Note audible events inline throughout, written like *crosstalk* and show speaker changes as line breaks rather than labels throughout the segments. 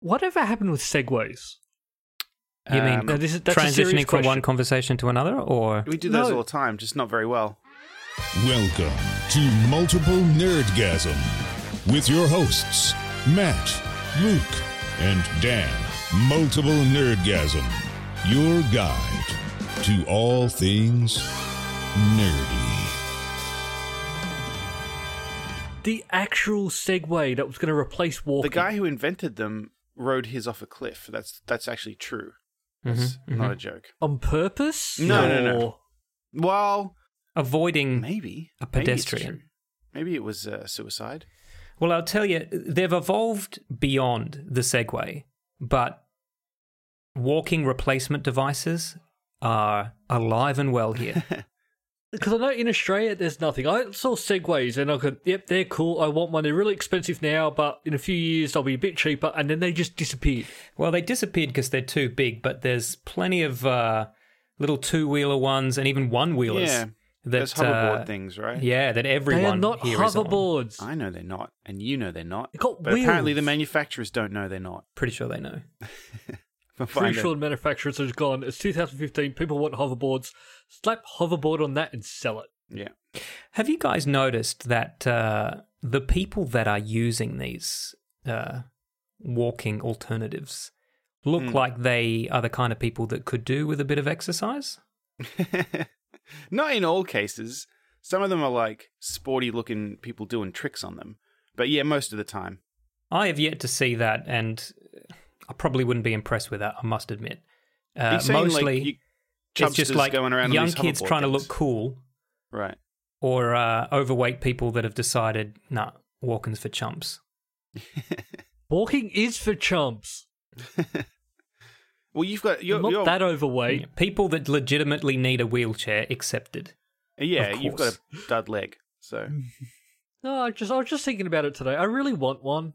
Whatever happened with segues?
You mean
No, this is- that's a serious
Um, transitioning from one
question.
conversation to another, or
Um, We do those
No.
all the time, just not very well.
Welcome to Multiple Nerdgasm with your hosts, Matt, Luke, and Dan. Multiple Nerdgasm, your guide to all things nerdy.
The actual segue that was going to replace walking.
The guy who invented them rode his off a cliff. That's that's actually true.
Mm-hmm,
Mm-hmm,
That's not a joke.
on purpose?
No, no, no.
Or-
Well,
Mm.
avoiding
maybe
A
Maybe it's
pedestrian.
true. Maybe it was uh, suicide.
Well, I'll tell you, they've evolved beyond the Segway, but walking replacement devices are alive and
*laughs*
well here.
Because I know in Australia there's nothing. I saw Segways and I could, yep, they're cool. I want one. They're really expensive now, but in a few years they'll be a bit cheaper. And then they just disappeared.
well, they disappeared because they're too big, but there's plenty of uh, little two wheeler ones and even one wheelers.
Yeah, Those
uh,
hoverboard things, right?
Yeah, that everyone
they are not
here is on.
hoverboards.
I know they're not, and you know they're not.
It got
but apparently the
wheels.
manufacturers don't know they're not. *laughs*
Pretty sure they know.
Find
Pretty sure the manufacturers have gone. It's 2015. People want hoverboards. Slap hoverboard on that and sell it.
it. Yeah.
Have you guys noticed that uh, the people that are using these uh, walking alternatives look
Hmm.
like they are the kind of people that could do with a bit of exercise?
*laughs* Not in all cases. Some of them are like sporty looking people doing tricks on them. But yeah, most of the time.
I have yet to see that, and I probably wouldn't be impressed with that. I must admit.
Are
Uh,
you saying, like,
mostly,
you-
it's just
chubsters
like
going around on
young
these
kids
hoverboard
trying to
things?
look cool,
Right.
or uh, overweight people that have decided, nah, walking's for chumps.
Walking is for chumps.
Well, you've got you're,
You're, not
you're-
that overweight.
People that legitimately need a wheelchair accepted.
yeah,
of Hmm.
you've got a dud leg, so
No, I just I was just thinking about it today. I really want one.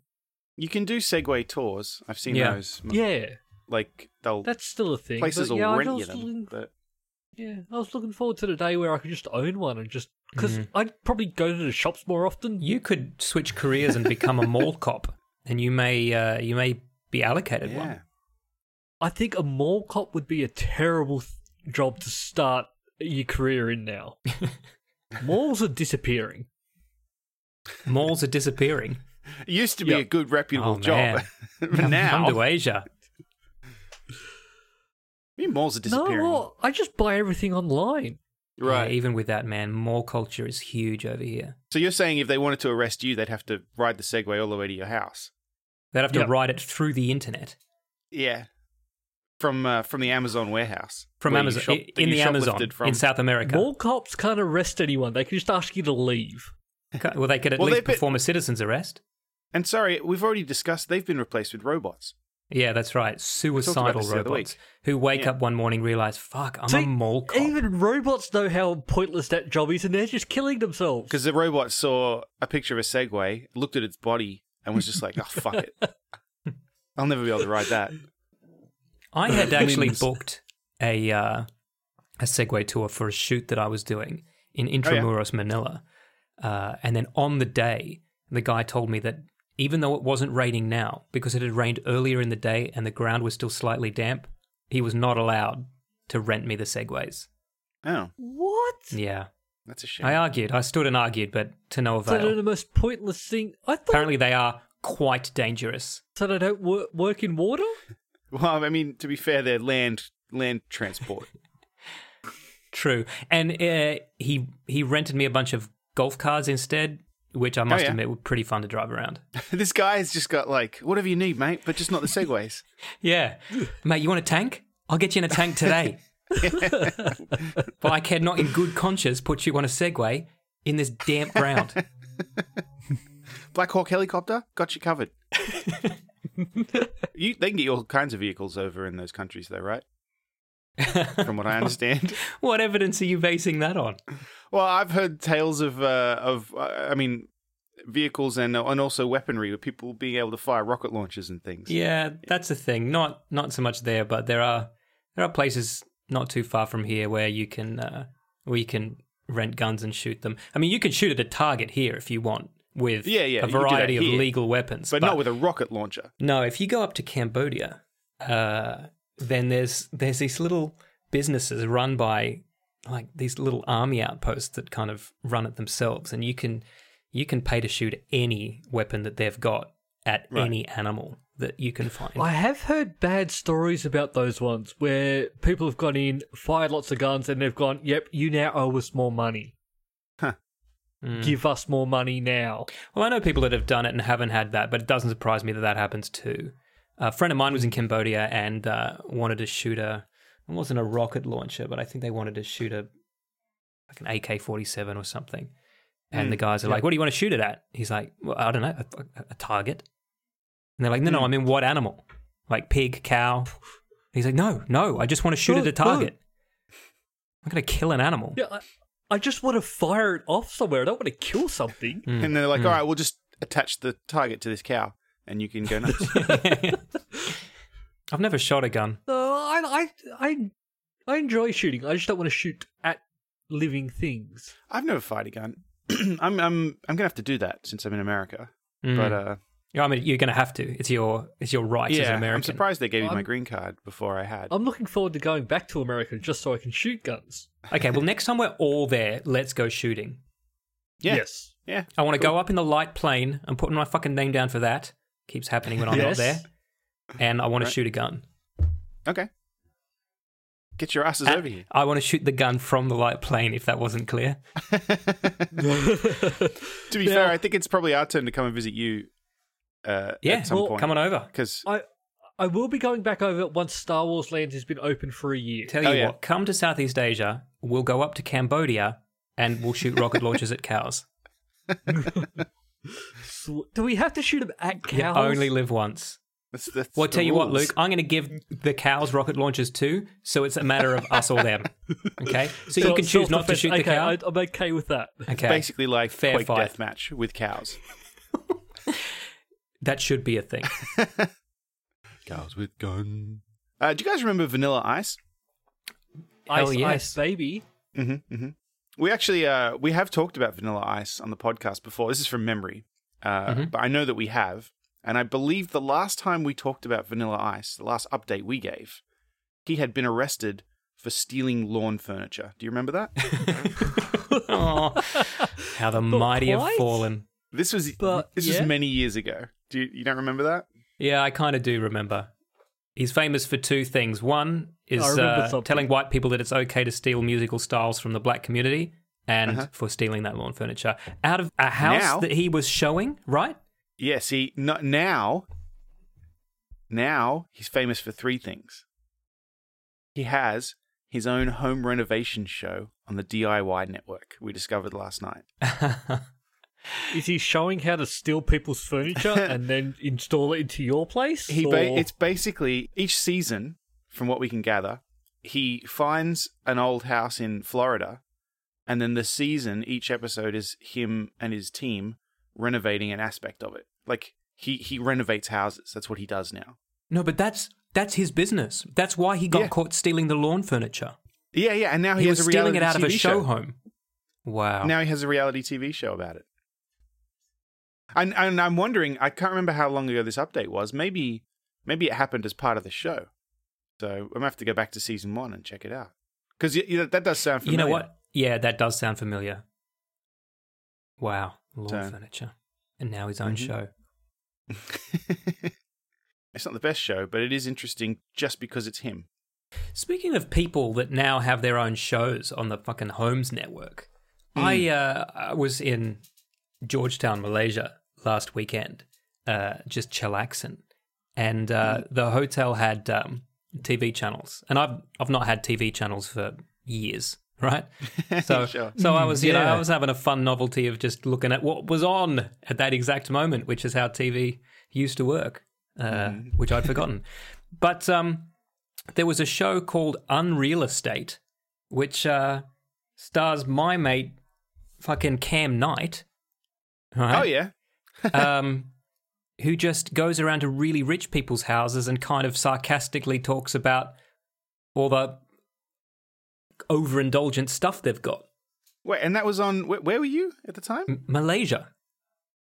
you can do Segway tours. I've seen
Yeah.
those.
Yeah,
like they'll
that's still a thing.
Hmm. places
but
will
yeah, I
rent you
was
them.
looking-
But
Yeah, I was looking forward to the day where I could just own one and just because
Mm-hmm.
Mhm.
I'd probably go to the shops more often.
You could switch careers and become
*laughs*
a mall cop, and you may uh, you may be allocated
yeah,
one.
I think a mall cop would be a terrible th- job to start your career in
*laughs*
now. Malls are disappearing.
Malls are disappearing.
it used to be
Yeah.
a good reputable
Oh,
job,
man.
*laughs* but now
come to Asia.
I mean, malls are disappearing.
No, well, I just buy everything online.
Right.
Yeah, even with that, man, mall culture is huge over here.
so you're saying if they wanted to arrest you, they'd have to ride the Segway all the way to your house?
They'd have to
Yep.
ride it through the internet
Yeah, from uh, from the Amazon warehouse
from
where you
Amazon
shop-
i-
that
in
you
the Amazon
shoplifted from.
in South America. *laughs*
Mall cops can't arrest anyone. They can just ask you to leave.
Okay, Well, they could at
Well,
least
they've been-
perform a citizen's arrest.
And sorry, we've already discussed they've been replaced with robots.
Yeah, that's right. Suicidal
this the other
robots
week.
who wake
Yeah.
up one morning, realize, "Fuck, I'm
See,
a mall cop."
Even robots know how pointless that job is, and they're just killing themselves.
Because the robot saw a picture of a Segway, looked at its body, and was just like, "Oh fuck it, I'll never be able to ride that."
I had actually
Memes.
booked a uh, a Segway tour for a shoot that I was doing in Intramuros, Manila, uh, and then on the day, the guy told me that even though it wasn't raining now, because it had rained earlier in the day and the ground was still slightly damp, he was not allowed to rent me the Segways.
Oh,
what?
Yeah,
that's a shame.
I argued, I stood and argued, but to no
So they're
avail.
the most pointless thing. I thought
Apparently, they are quite dangerous.
so they don't work, work in water.
Well, I mean, to be fair, they're land land transport. *laughs*
True, and uh, he he rented me a bunch of golf cars instead, which I must
yeah.
admit were pretty fun to drive around. *laughs*
this guy's just got like whatever you need, mate, but just not the segways.
Yeah. Mate, you want a tank? I'll get you in a tank today. *laughs* but I cannot, in good conscience, put you on a Segway in this damp ground.
Black Hawk helicopter got you covered. you, they can get you all kinds of vehicles over in those countries, though, right? From what I understand.
what evidence are you basing that on?
Well, I've heard tales of uh, of uh, I mean, vehicles and uh, and also weaponry with people being able to fire rocket launchers and things.
Yeah, that's the thing. Not not so much there, but there are there are places not too far from here where you can uh, where you can rent guns and shoot them. I mean, you can shoot at a target here if you want. with
Yeah, yeah, you
a
do that
variety of
here.
legal weapons.
but not with a rocket launcher.
No, if you go up to Cambodia, uh, then there's there's these little businesses run by like these little army outposts that kind of run it themselves, and you can you can pay to shoot any weapon that they've got at
Right.
any animal that you can find.
I have heard bad stories about those ones where people have gone in, fired lots of guns, and they've gone, "Yep, you now owe us more money. Mm.
Huh.
Give us more money now."
Well, I know people that have done it and haven't had that, but it doesn't surprise me that that happens too. A friend of mine was in Cambodia and uh, wanted to shoot a. It wasn't a rocket launcher, but I think they wanted to shoot a like an AK forty seven or something. And the guys are like, "What do you want to shoot it at?" He's like, well, "I don't know, a, a- a target." And they're like, "No, no, I mean what animal? Like pig, cow?" He's like, "No, no, I just want to shoot
No,
at
no.
a target. I'm going to kill an animal."
Yeah, I, I just want to fire it off somewhere. I don't want to kill something.
Hmm,
And they're like, all right, we'll just attach the target to this cow, and you can go nuts.
*laughs* I've never shot a gun.
No, I, I, I, I enjoy shooting. I just don't want to shoot at living things.
I've never fired a gun. *clears throat* I'm I'm I'm gonna have to do that since I'm in America.
Mm.
But uh,
Yeah, I mean, you're going to have to. It's your it's your right as an
yeah,
American. Um, oh,
I'm surprised they gave me my
I'm-
green card before I had.
I'm looking forward to going back to America just so I can shoot guns.
Okay, well, next time we're all there, let's go shooting.
Yeah.
Yes.
Yeah,
I want to go up in the light plane. I'm putting my fucking name down for that. Keeps happening when I'm
Yes.
not there. And I want
Right.
to shoot a gun.
okay. Get your asses
And
over here.
I want to shoot the gun from the light plane. If that wasn't clear.
To be
Now-
fair, I think it's probably our turn to come and visit you. Uh,
Yeah,
at some
well,
point.
Come on over.
because
*laughs* I, I will be going back over it once Star Wars Land has been open for a year.
Tell you
Oh, yeah.
what, come to Southeast Asia. We'll go up to Cambodia and we'll shoot rocket launchers at cows.
Sw- Do we have to shoot them at cows?
You only live once.
that's, that's
Well,
the
tell you what,
rules.
Luke, I'm going to give the cows rocket launchers too, so it's a matter of us or
*laughs*
them. Okay, so, you
So
can
it's
choose not to
self-defense.
shoot the
okay,
cow.
I, I'm okay with that.
okay,
Basically, like
Fair
Quake
fight.
deathmatch with cows.
that should be
*laughs*
a thing. *laughs*
Cows with gun. Uh, do you guys remember Vanilla Ice?
Hell
ice,
yes.
ice, baby.
hmm
Mm-hmm,
hmm We actually uh, we have talked about Vanilla Ice on the podcast before. This is from memory, uh,
Mm-hmm.
but I know that we have, and I believe the last time we talked about Vanilla Ice, the last update we gave, he had been arrested for stealing lawn furniture. Do you remember that?
*laughs*
Aw, how the mighty have
quite.
fallen.
this was
But,
this
yeah.
was many years ago. Do you, you don't remember that?
Yeah, I kind of do remember. He's famous for two things. One is
I remember
uh,
something.
telling white people that it's okay to steal musical styles from the black community, and
Uh-huh.
for stealing that lawn furniture out of a house
Now-
that he was showing. Right? *laughs*
Yeah. See, no, now, now he's famous for three things. He has his own home renovation show on the DIY network. We discovered last night.
Is he showing how to steal people's
*laughs*
furniture and then install it into your place?
He
or-
ba- it's basically each season, from what we can gather, he finds an old house in Florida, and then the season, each episode is him and his team renovating an aspect of it. Like he he renovates houses. That's what he does now.
No, but that's that's his business. That's why he got
Yeah.
caught stealing the lawn furniture.
Yeah, yeah. And now he,
he
has
was
a
stealing
reality
it out of a
TV
show home. Wow.
Now he has a reality TV show about it. And and I'm wondering, I can't remember how long ago this update was. Maybe maybe it happened as part of the show. So I'm gonna have to go back to season one and check it out because you know, that does sound
you
familiar.
know what? Yeah, that does sound familiar. Wow, lawn
So-
furniture, and now his own
Mhm.
show.
*laughs* It's not the best show, but it is interesting just because it's him.
Speaking of people that now have their own shows on the fucking Homes Network,
Mm.
I, uh, I was in Georgetown, Malaysia last weekend, uh, just chillaxing, and uh,
Mm-hmm.
the hotel had um, TV channels, and I've I've not had TV channels for years, *laughs*
*laughs*
right? So
Sure.
so I was you know
yeah.
I was having a fun novelty of just looking at what was on at that exact moment, which is how TV used to work, uh,
Mm-hmm. *laughs*
which I'd forgotten, but um there was a show called Unreal Estate, which uh, stars my mate, fucking Cam Knight. right?
Oh yeah,
um, who just goes around to really rich people's houses and kind of sarcastically talks about all the overindulgent stuff they've got.
wait, and that was on. Where, where were you at the time?
M- Malaysia.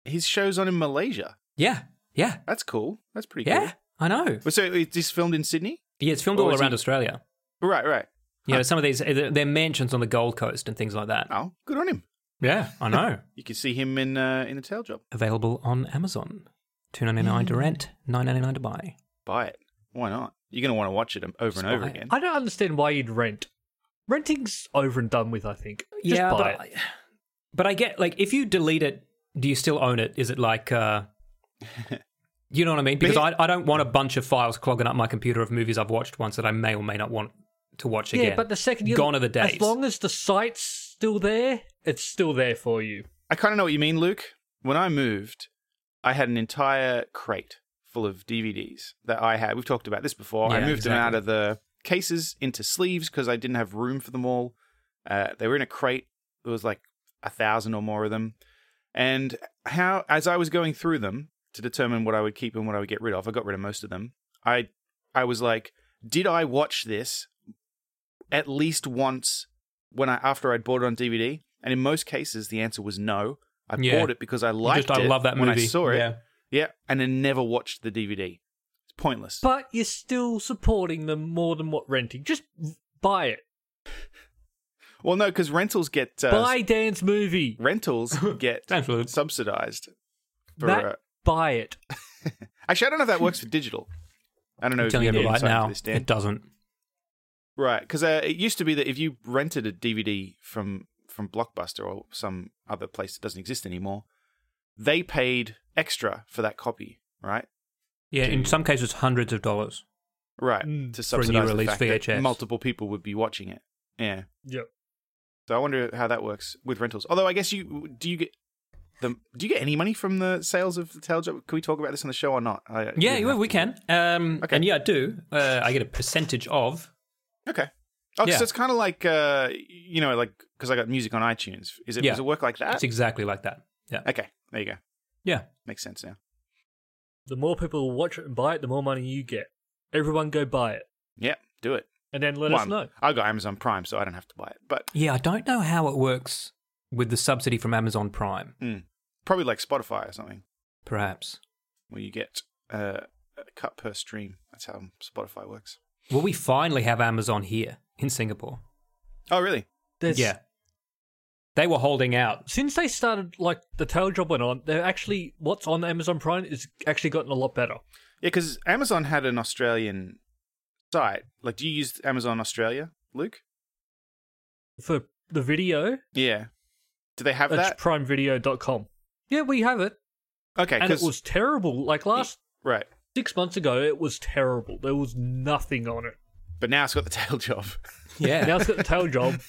his show's on in Malaysia.
Yeah, yeah,
That's cool. That's pretty
yeah.
cool.
I know.
Well, So it's just filmed in Sydney?
Yeah, it's filmed
Or
all
is
around
he-
Australia.
Right, right.
You know,
Ah.
some of these they're mansions on the Gold Coast and things like that.
Oh, good on him.
Yeah, I know. *laughs*
You can see him in uh, in the tail job.
Available on Amazon. Two ninety nine to rent, nine ninety nine to buy.
Buy it. Why not? You're going to want to watch it over
Just
and over
buy it.
again.
I don't understand why you'd rent. Renting's over and done with, I think. Just
yeah,
buy
but,
it.
*sighs* but I get like if you delete it, do you still own it? Is it
*laughs*
like uh you know what I mean? Because I, I don't want a bunch of files clogging up my computer of movies I've watched once that I may or may not want to watch again.
Yeah, but the second you
gone are the days.
As long as the site's still there, it's still there for you.
I kind of know what you mean, Luke. When I moved, I had an entire crate full of DVDs that I had. We've talked about this before. I
Yeah,
moved them
exactly.
out of the cases into sleeves because I didn't have room for them all. Uh, they were in a crate. There was like a thousand or more of them. And how, as I was going through them to determine what I would keep and what I would get rid of, I got rid of most of them. I, I was like, did I watch this at least once when I after I'd bought it on DVD? And in most cases, the answer was no. I
Yeah.
bought it because I
You
liked
just,
it
I love that
when
movie.
I saw it.
Yeah.
Yeah, and then never watched the DVD. It's pointless.
But you're still supporting them more than what renting. Just buy it.
well, no, because rentals get uh,
buy Dan's movie.
*laughs*
rentals get
Thanks, Luke.
subsidized. For,
That-
uh,
Buy it.
actually, I don't know if that works for digital. I don't know.
I'm
if
telling
have
you
any
right
insight into
now,
this, Dan.
it doesn't.
Right, because uh, it used to be that if you rented a DVD from from Blockbuster or some other place that doesn't exist anymore, they paid extra for that copy, right?
Yeah, in some cases, hundreds of dollars.
Right,
Mm.
to
a new
subsidize
release
the fact that
VHS.
multiple people would be watching it. Yeah,
Yep.
so I wonder how that works with rentals. Although I guess you do you get the do you get any money from the sales of the tail job? Can we talk about this on the show or not? I,
Yeah,
you
yeah, we can. Um,
Okay.
And yeah, I do. Uh, I get a percentage of.
Okay. Oh,
Yeah.
so it's kind of like uh, you know, like because I got music on iTunes. Is it
Yeah.
does it work like that?
It's exactly like that. Yeah.
okay, there you go.
Yeah.
Makes sense now.
The more people watch it and buy it, the more money you get. Everyone go buy it.
Yeah, do it.
And then let
Well,
us
I'm-
know.
I've got Amazon Prime, so I don't have to buy it. But
Yeah, I don't know how it works with the subsidy from Amazon Prime,
mm, probably like Spotify or something,
perhaps.
where you get uh, a cut per stream. That's how Spotify works.
Well, we finally have Amazon here in Singapore.
Oh, really?
There's,
Yeah. They were holding out.
Since they started, like the tail job went on, they're actually what's on Amazon Prime is actually gotten a lot better.
Yeah, because Amazon had an Australian site. Like, do you use Amazon Australia, Luke?
For the video,
Yeah. Do they have
it's
that?
primevideo.com. Yeah, we have it.
Okay,
and it
'cause-
was terrible. Like last
right.
six months ago, it was terrible. There was nothing on it.
But now it's got the *laughs* tail job.
*laughs*
Yeah.
Now it's got the tail job,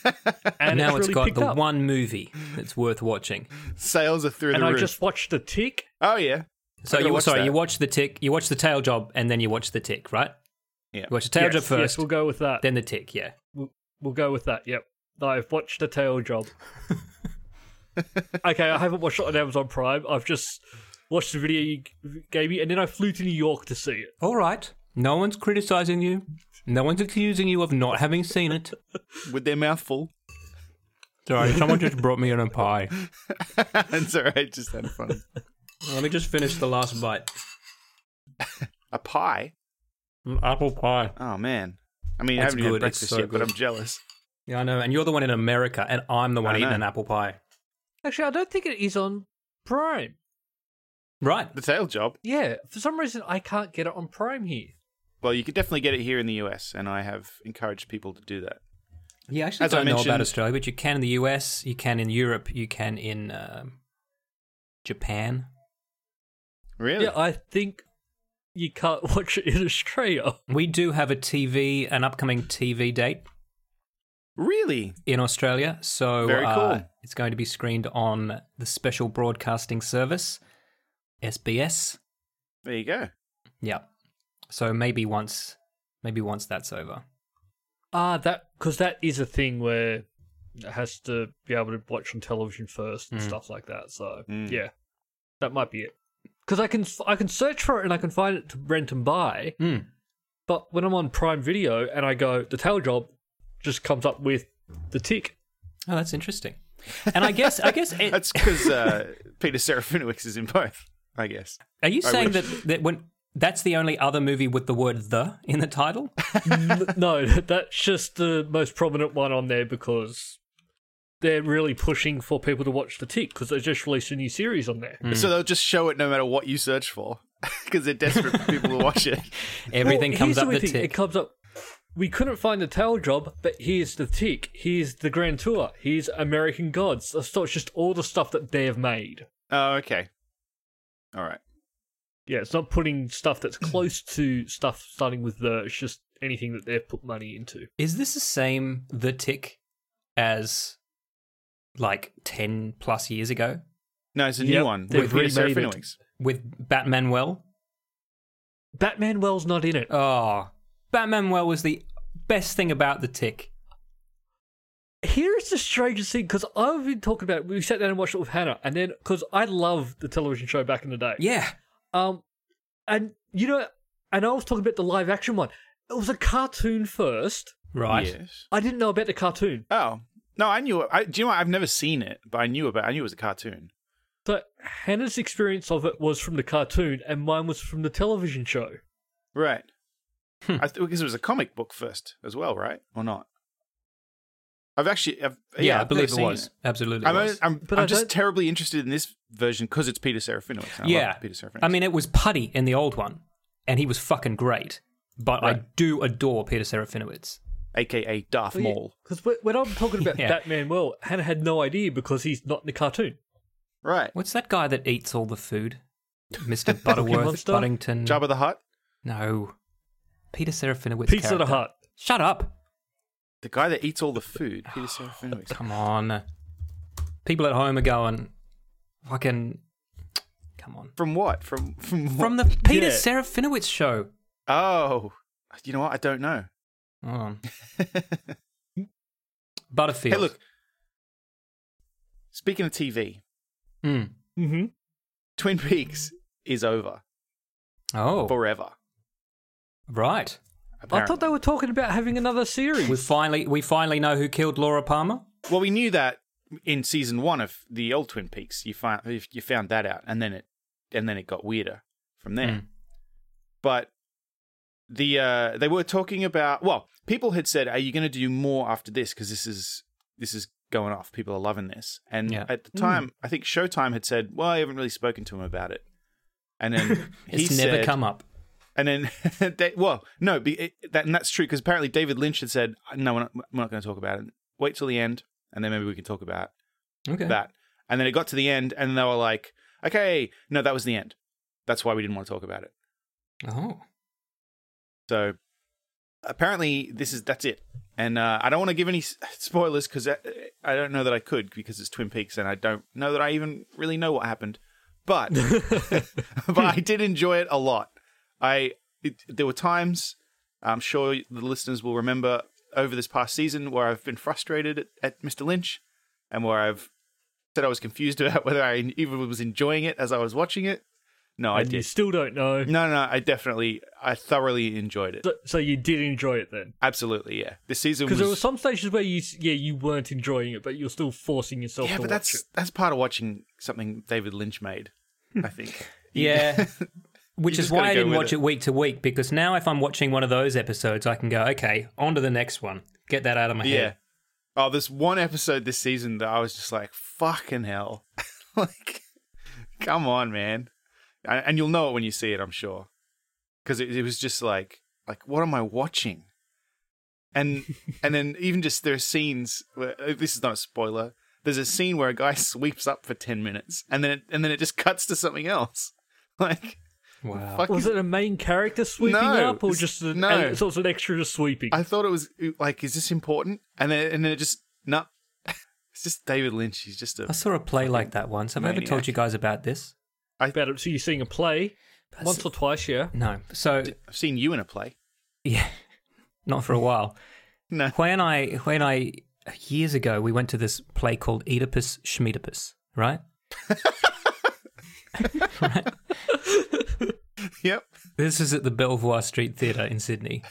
and
now
it's,
it's
really
got
picked
the
up.
one movie that's worth watching.
Sales are through
and
the
I
roof.
just watched the tick.
Oh yeah.
So
I gotta
you
watch
sorry,
that.
you watch the tick, you watch the tail job, and then you watch the tick, right?
Yeah.
You watch the tail
yes,
job
yes,
first,
we'll go with that.
then the tick. Yeah.
we'll, we'll go with that. Yep. I've watched the tail *laughs* job. okay, I haven't watched it on Amazon Prime. I've just watched the video you g- gave me, and then I flew to New York to see it.
All right. No one's criticizing you. No one's accusing you of not having seen it.
with their mouth full. *laughs*
Sorry, someone just brought me in a pie.
That's all right. Just had fun.
Let me just finish the last bite.
A pie.
Apple pie.
Oh man. I mean, I
It's
haven't even had
good, it's
breakfast
so
yet, but
good.
I'm jealous.
Yeah, I know. And you're the one in America, and I'm the one
I
eating
know.
an apple pie.
Actually, I don't think it is on Prime.
Right.
The tail job.
Yeah, for some reason I can't get it on Prime here.
Well, you could definitely get it here in the US, and I have encouraged people to do that.
Yeah, I actually
As I
don't know
mentioned-
about Australia, but you can in the US, you can in Europe, you can in um Japan.
Really?
Yeah, I think you can't *laughs* watch it in Australia.
We do have a TV, an upcoming TV date
Really?
in Australia. So
Very
uh,
cool.
it's going to be screened on the Special Broadcasting Service, SBS.
There you go.
Yeah. So maybe once, maybe once that's over.
Ah, that because that is a thing where it has to be able to watch on television first and
Mm.
stuff like that. So
Mm.
yeah, that might be it. Because I can I can search for it and I can find it to rent and buy.
Hmm.
But when I'm on Prime Video and I go the tail job, just comes up with the tick.
Oh, that's interesting. And I guess I guess it,
That's because uh, *laughs* Peter Serafinowicz is in both, I guess.
are you
I
saying that,
wish.
that when that's the only other movie with the word the in the title?
N- no, that's just the most prominent one on there because they're really pushing for people to watch The Tick because they just released a new series on there.
So they'll just show it no matter what you search for *laughs* because they're desperate for people to watch it.
Everything
Well,
comes
here's
up the
weird thing, It
tick.
comes up. We couldn't find the tail job, but here's the tick. Here's the Grand Tour. Here's American Gods. So it's just all the stuff that they have made.
Oh, okay. All right.
Yeah, it's not putting stuff
*clears throat*
that's close to stuff starting with the. It's just anything that they've put money into.
Is this the same the tick as like ten plus years ago
No, it's a
Yep,
new one
they've
with Peter
remade it.
Serafinowicz.
with Batman Well?
Batman Well's not in it.
Oh, Batman Well was the best thing about the tick.
Here is the strangest thing because I've been talking about. It. We sat down and watched it with Hannah, and then because I loved the television show back in the day.
Yeah.
Um, and you know, and I was talking about the live action one. It was a cartoon first.
Right.
Yes.
I didn't know about the cartoon.
Oh. No, I knew. I, do you know what? I've never seen it, but I knew about. I knew it was a cartoon.
So Hannah's experience of it was from the cartoon, and mine was from the television show.
Right.
Hmm.
I th- because it was a comic book first as well, right? Or not? I've actually, I've, yeah,
Yeah, I
I've never
believe it
seen
was. Absolutely.
I'm,
was.
only- I'm,
But
I'm
I
just
don't-
terribly interested in this version because it's Peter Serafinowicz. and I
yeah.
love Peter Serafinowicz.
I mean, it was Putty in the old one, and he was fucking great. But I
Right.
do adore Peter Serafinowicz.
aka
oh,
Darth Maul.
Because when I'm talking
*laughs*
about
Yeah.
Batman, well, Hannah had no idea because he's not in the cartoon.
Right.
What's that guy that eats all the food? Mr. Butterworth
Monster?
Buddington.
Jabba the Hutt,
No. Peter Serafinowicz.
Pizza
character.
the Hut.
Shut up.
the guy that eats all the food.
*gasps*
Peter Serafinowicz.
Come on. People at home are going, fucking. Come on.
From what? From from what?
From the Peter
Yeah.
Serafinowicz show.
Oh, you know what? I don't know.
Hold on.
*laughs*
Butterfield.
Hey, look. Speaking of TV,
Mm.
Mm-hmm.
Twin Peaks is over
Oh,
forever.
right.
I thought they were talking about having another series.
We finally we finally know who killed Laura Palmer.
Well, we knew that in season one of the old Twin Peaks, you find if you found that out, and then it and then it got weirder from there.
Mm.
But the uh, they were talking about well, people had said, "Are you going to do more after this? Because this is this is going off. People are loving this." And
Yeah.
at the time, I think Showtime had said, "Well, I haven't really spoken to him about it." And then he
*laughs* Hmm. It's never
said-
come up.
and then, *laughs* they, well, no, be, it, that, and that's true because apparently David Lynch had said, "No, we're not, we're not going to talk about it. Wait till the end, and then maybe we can talk about
Okay.
that." And then it got to the end, and they were like, "Okay, no, that was the end. That's why we didn't want to talk about it."
Oh.
So apparently, this is that's it. And uh, I don't want to give any s- spoilers because I, I don't know that I could because it's Twin Peaks, and I don't know that I even really know what happened. But but I did enjoy it a lot. I it, there were times I'm sure the listeners will remember over this past season where I've been frustrated at, at Mr. Lynch, and where I've said I was confused *laughs* about whether I even was enjoying it as I was watching it. No, I
and you
did. Mm.
still don't know.
No, no, I definitely, I thoroughly enjoyed it.
So, so you did enjoy it then.
Absolutely, yeah. This season
Because
was,
there were some stages where you, s- yeah, you weren't enjoying it, but you're still forcing yourself
yeah,
to watch
but that's
it.
that's part of watching something David
*laughs*
Lynch made. I think.
Yeah.
*laughs*
Which
You just
is
gotta
why I
go
didn't
with
watch
it.
it. week to week because now if I'm watching one of those episodes, I can go, okay, on to the next one. Get that out of my
yeah.
head.
Oh, this one episode this season that I was just like, "Fucking hell!" *laughs* like, come on, man. And and you'll know it when you see it, I'm sure, because it, it was just like, like, what am I watching? And
*laughs*
and then even just there's scenes. Where, uh, this is not a spoiler. There's a scene where a guy *laughs* sweeps up for ten minutes, and then it, and then it just cuts to something else. *laughs* Like,
Wow.
fuck
Was
is-
it a main character sweeping
No,
up, or
it's-
just an,
no.
so it's an extra just sweeping?
I thought it was like, is this important? And then and then it just no. *laughs* It's just David Lynch. He's just
I
a.
saw a play like that once. Have I ever told
maniac.
you guys about this?
about it, so you're seeing a play once or twice, yeah.
No. So
I've seen you in a *laughs* play.
yeah. *laughs* Not for a while.
No.
When I when I years ago we went to this play called Oedipus Schmiedipus, right?
Yep. *laughs*
This is at the Belvoir Street Theatre in Sydney.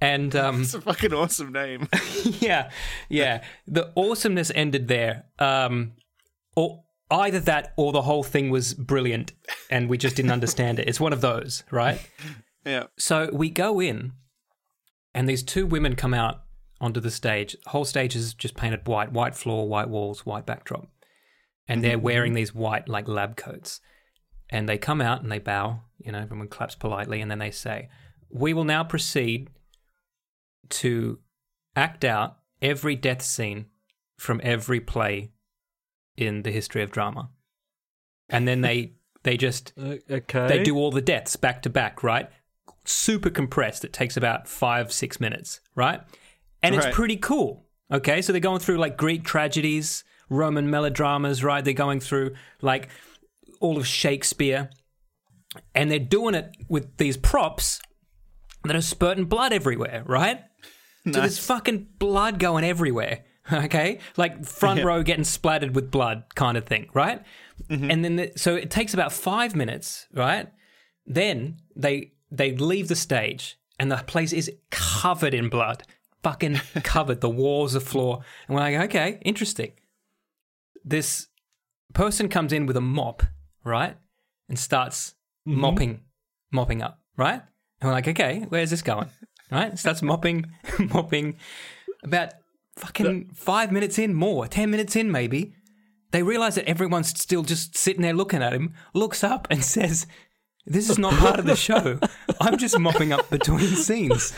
And um,
It's a fucking awesome name. *laughs*
*laughs* yeah, yeah. The awesomeness ended there. Um, or either that, or the whole thing was brilliant, and we just didn't understand it. It's one of those, right?
yeah.
So we go in, and these two women come out onto the stage. The whole stage is just painted white, white floor, white walls, white backdrop, and they're wearing these white like lab coats. And they come out and they bow. You know, everyone claps politely, and then they say, "We will now proceed to act out every death scene from every play in the history of drama. And then they they just
Uh, okay.
they do all the deaths back to back, right? Super compressed. It takes about five, six minutes, right? And
Right.
it's pretty cool. Okay, so they're going through like Greek tragedies, Roman melodramas, right? They're going through like all of Shakespeare, and they're doing it with these props that are spurting blood everywhere, right? So there's fucking blood going everywhere. *laughs* Okay, like front row getting splattered with blood, kind of thing, right? And then, the, so it takes about five minutes, right? Then they they leave the stage, and the place is covered in blood, fucking covered. the walls, the floor, and we're like, okay, interesting. This person comes in with a mop, right, and starts mopping, mopping up, right? And we're like, okay, where's this going? Right? Starts mopping, *laughs* mopping. About fucking five minutes in, more, ten minutes in, maybe. They realize that everyone's still just sitting there looking at him, looks up and *laughs* says, This is not part of the show. I'm just mopping up between scenes.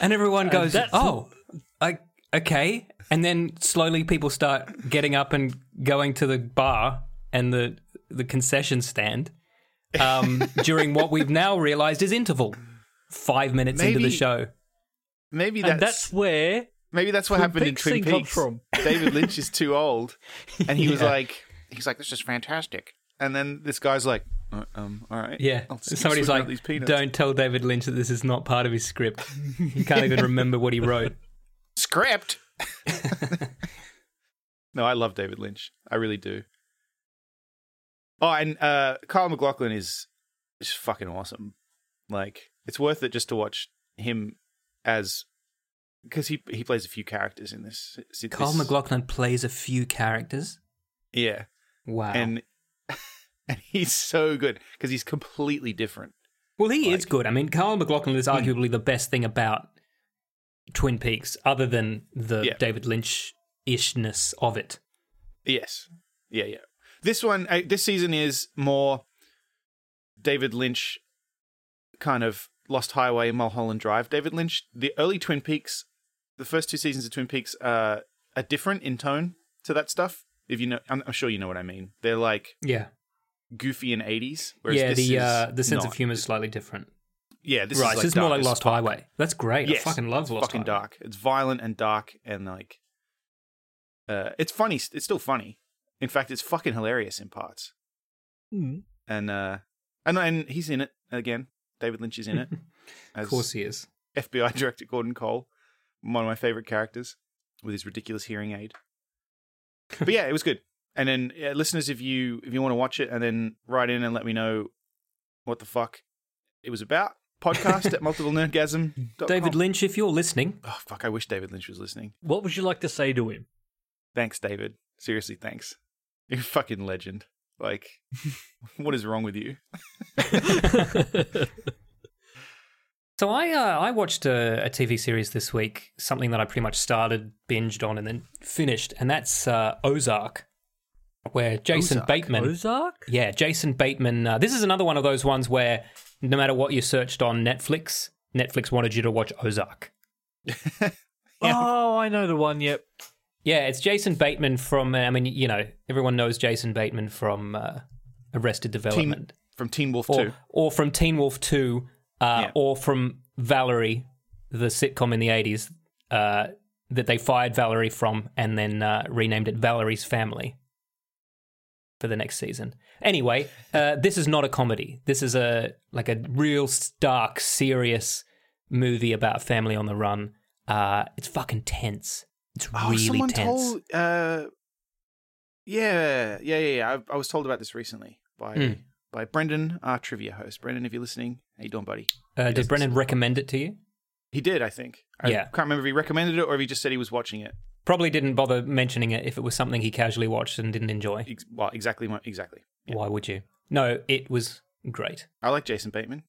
and everyone goes,
that's-
Oh, I, okay. And then slowly people start getting up and going to the bar and the, the concession stand um, during what we've now realized is interval. Five minutes into the
Maybe-
show.
Maybe that's,
and that's where
maybe that's what
Twin
happened in
Peaks
Twin
thing comes
Peaks.
from.
*laughs* David Lynch is too old, and he *laughs* was
Yeah.
like, he's like, this is fantastic. And then this guy's like, uh, um, all right,
Yeah.
I'll just keep
Somebody's
swiping out
like,
these peanuts.
don't tell David Lynch that this is not part of his script. he can't even remember what he wrote.
script. *laughs* no, I love David Lynch. I really do. Oh, and uh, Kyle McLaughlin is is fucking awesome. Like, it's worth it just to watch him as because he he plays a few characters in this. this-
*laughs* Carl McLaughlin plays a few characters.
yeah,
Wow.
and *laughs* and he's so good because he's completely different.
well, he is
like- Hmm.
good. I mean, Carl McLaughlin is arguably the best thing about Twin Peaks, other than the
Yeah.
David Lynch ishness of it.
Yes. Yeah, yeah. This one, uh, this season is more David Lynch kind of Lost Highway, Mulholland Drive. David Lynch, the early Twin Peaks, the first two seasons of Twin Peaks uh, are different in tone to that stuff. If you know, I'm, I'm sure you know what I mean. They're like
Yeah.
goofy and 80s. Whereas
yeah,
this
the
is
uh, the sense
not.
of humor is slightly different.
Yeah, this
right,
is
so
like
it's more like
dark as
Lost Highway. That's great.
Yes,
I fucking love
it's
Lost
fucking
Highway.
dark. It's violent and dark and like, uh, it's funny. It's still funny. In fact, it's fucking hilarious in parts.
Mm.
And uh, and and he's in it again. David Lynch is in
*laughs*
it as
Of course he is.
FBI director Gordon Cole, one of my favorite characters with his ridiculous hearing aid. But yeah, it was good. And then yeah, listeners, if you if you want to watch it, and then write in and let me know what the fuck it was about. Podcast
*laughs*
at multiple nerdgasm.
David Lynch, if you're listening,
Oh fuck! I wish David Lynch was listening.
What would you like to say to him?
Thanks, David. Seriously, thanks. You're a fucking legend.
*laughs*
Like, what is wrong with you?
So I uh, I watched a, a TV series this week, something that I pretty much started, binged on, and then finished, and that's uh, Ozark, where Jason
Ozark?
Bateman.
Ozark?
Yeah, Jason Bateman. Uh, this is another one of those ones where no matter what you searched on Netflix, Netflix wanted you to watch Ozark.
Oh, I know the one. Yep.
Yeah, it's Jason Bateman from. uh, I mean, you know, everyone knows Jason Bateman from uh, Arrested Development.
Teen, from Teen Wolf
or,
2.
or from Teen Wolf 2, uh,
Yeah.
or from Valerie, the sitcom in the 80s uh, that they fired Valerie from and then uh, renamed it Valerie's Family for the next season. Anyway, uh, this is not a comedy. This is a like a real stark, serious movie about family on the run. Uh, it's fucking tense. It's
Oh,
really
someone
tense.
told. Uh, yeah, yeah, yeah, yeah. I, I was told about this recently by
Mm.
by Brendan, our trivia host. Brendan, if you're listening, how you doing, buddy?
Uh,
Yes.
did Brennan recommend it to you?
He did, I think. I
Yeah.
can't remember if he recommended it or if he just said he was watching it.
Probably didn't bother mentioning it if it was something he casually watched and didn't enjoy.
Ex- well, exactly, my- exactly.
Why would you? No, it was great.
I like Jason Bateman.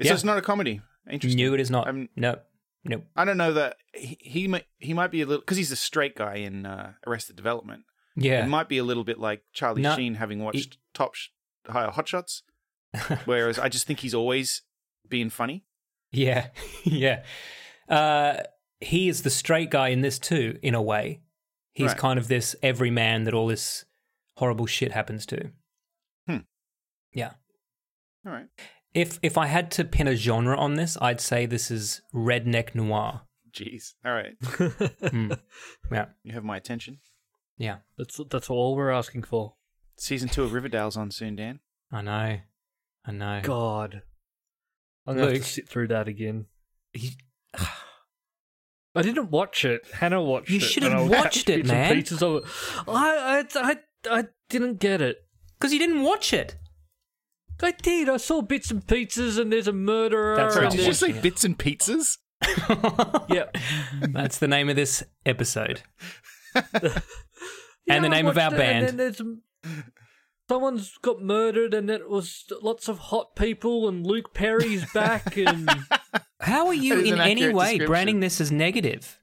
It's
Yeah.
just not a comedy. Interesting.
No, it is not.
I'm-
no, no.
I don't know that he he might, he might be a little because he's a straight guy in uh, Arrested Development.
Yeah,
It might be a little bit like Charlie
No,
Sheen having watched Top Sh- Higher Hot Shots,
*laughs*
whereas I just think he's always being funny.
*laughs* yeah, yeah. Uh, he is the straight guy in this too, in a way. He's
Right.
kind of this everyman that all this horrible shit happens to.
Hmm.
Yeah.
All right,
If if I had to pin a genre on this, I'd say this is redneck noir.
jeez, all right, *laughs*
Mm. Yeah,
you have my attention.
yeah.
*laughs* That's that's all we're asking for.
Season two of Riverdale's on soon, Dan.
I know, I know.
God, I'm gonna have
Luke.
to sit through that again.
He-
*sighs* I didn't watch it. Hannah watched
You
it.
should
and
have
I
watched it,
bits and
man.
Pieces of it. I, I I I didn't get it.
Because you didn't
*laughs*
watch it.
I did. I saw bits and pizzas, and there's a murderer.
That's right.
and
Did you
there's-
just say
bits and *laughs* pizzas?
yeah.
That's the name of this
*laughs*
episode.
Yeah,
and the
I
name of our
watched it,
band.
And then there's someone's got murdered, and it was lots of hot people, and Luke *laughs* Perry's back, and
How are you
That is
in
an
any
accurate
way
description.
branding this as negative?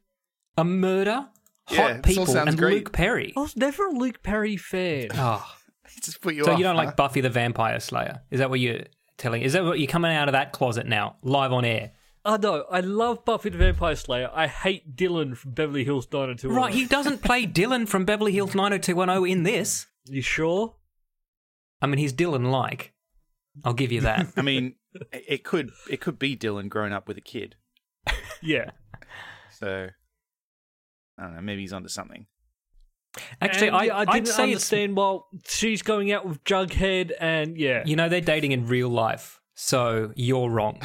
A murder, hot
Yeah, this all
people,
sounds
and
great.
Luke Perry.
I was never a Luke Perry fan.
Oh.
just put you
So
off,
you don't
huh?
like Buffy the Vampire Slayer? Is that what you're telling? Is that what you're coming out of that closet now, live on air?
Oh no, I love Buffy the Vampire Slayer. I hate Dylan from Beverly Hills 90210.
*laughs*
Right, he doesn't play Dylan from Beverly Hills 90210 in this.
you sure?
I mean, he's Dylan like. I'll give
*laughs*
you that.
I mean, it it could it could be Dylan growing up with a kid.
Yeah.
So I don't know. Maybe he's onto something.
Actually,
And,
I,
yeah, I
I'd
didn't
say
understand why she's going out with Jughead, and yeah,
it's you know they're dating in real life, so you're wrong.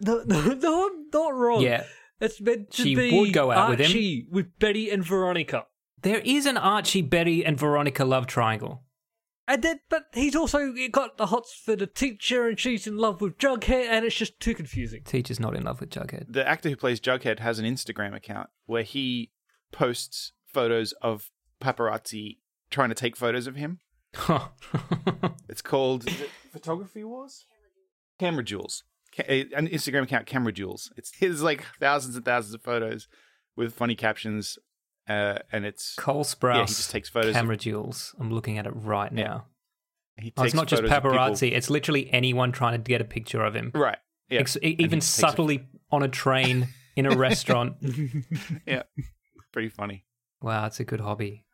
no, no, *laughs* no, I'm not wrong.
Yeah,
it's meant to
She
be
would go out with him.
Archie with Betty and Veronica.
there is an Archie, Betty, and Veronica love triangle.
And then, but he's also got the hots for the teacher, and she's in love with Jughead, and it's just too confusing.
Teacher's not in love with Jughead. *laughs*
the actor who plays Jughead has an Instagram account where he posts photos of paparazzi trying to take photos of him. It's called is it Photography Wars? Camera Jewels. Ca- eh, An Instagram account, Camera Jewels. It's, it's like thousands and thousands of photos with funny captions. Uh, and it's.
Cole Sprouse.
Yeah, he just takes photos of-
Camera jewels. I'm looking at it right
Yeah.
now.
He
Oh, it's
takes
not just
photos of people-
paparazzi. It's literally anyone trying to get a picture of him,
Right. Yeah.
Ex- e-
And he
even
takes it.
subtly on a train in a restaurant. *laughs*
Yeah. Pretty funny. *laughs*
Wow, it's a good hobby.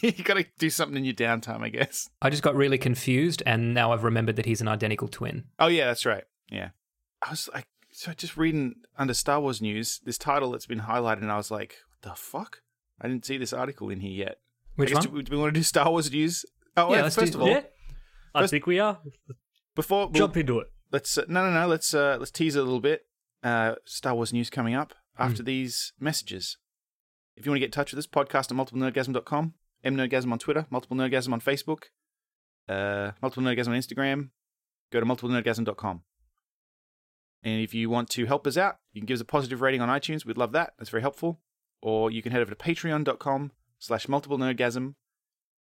you got to do something in your downtime, I guess.
I just got really confused, and now I've remembered that he's an identical twin.
Oh yeah, that's right. Yeah, I was like, so just reading under Star Wars news, this title that's been highlighted, and I was like, what the fuck? I didn't see this article in here yet.
Which
I guess,
one?
do, we- do we want to do Star Wars news? Oh
Yeah,
yeah.
let's
First
do-
of all,
yeah, I
First-
think we are.
before we'll-
Jump into it.
let's uh, no no no let's uh, let's tease it a little bit. Uh, Star Wars news coming up after these messages. If you want to get in touch with this podcast at multiplenerdgasm.com, mnerdgasm on Twitter, multiple nerdgasm on Facebook, uh, multiple nerdgasm on Instagram, go to multiplenerdgasm.com. And if you want to help us out, you can give us a positive rating on iTunes. We'd love that. That's very helpful. Or you can head over to patreon.com slash multiple nerdgasm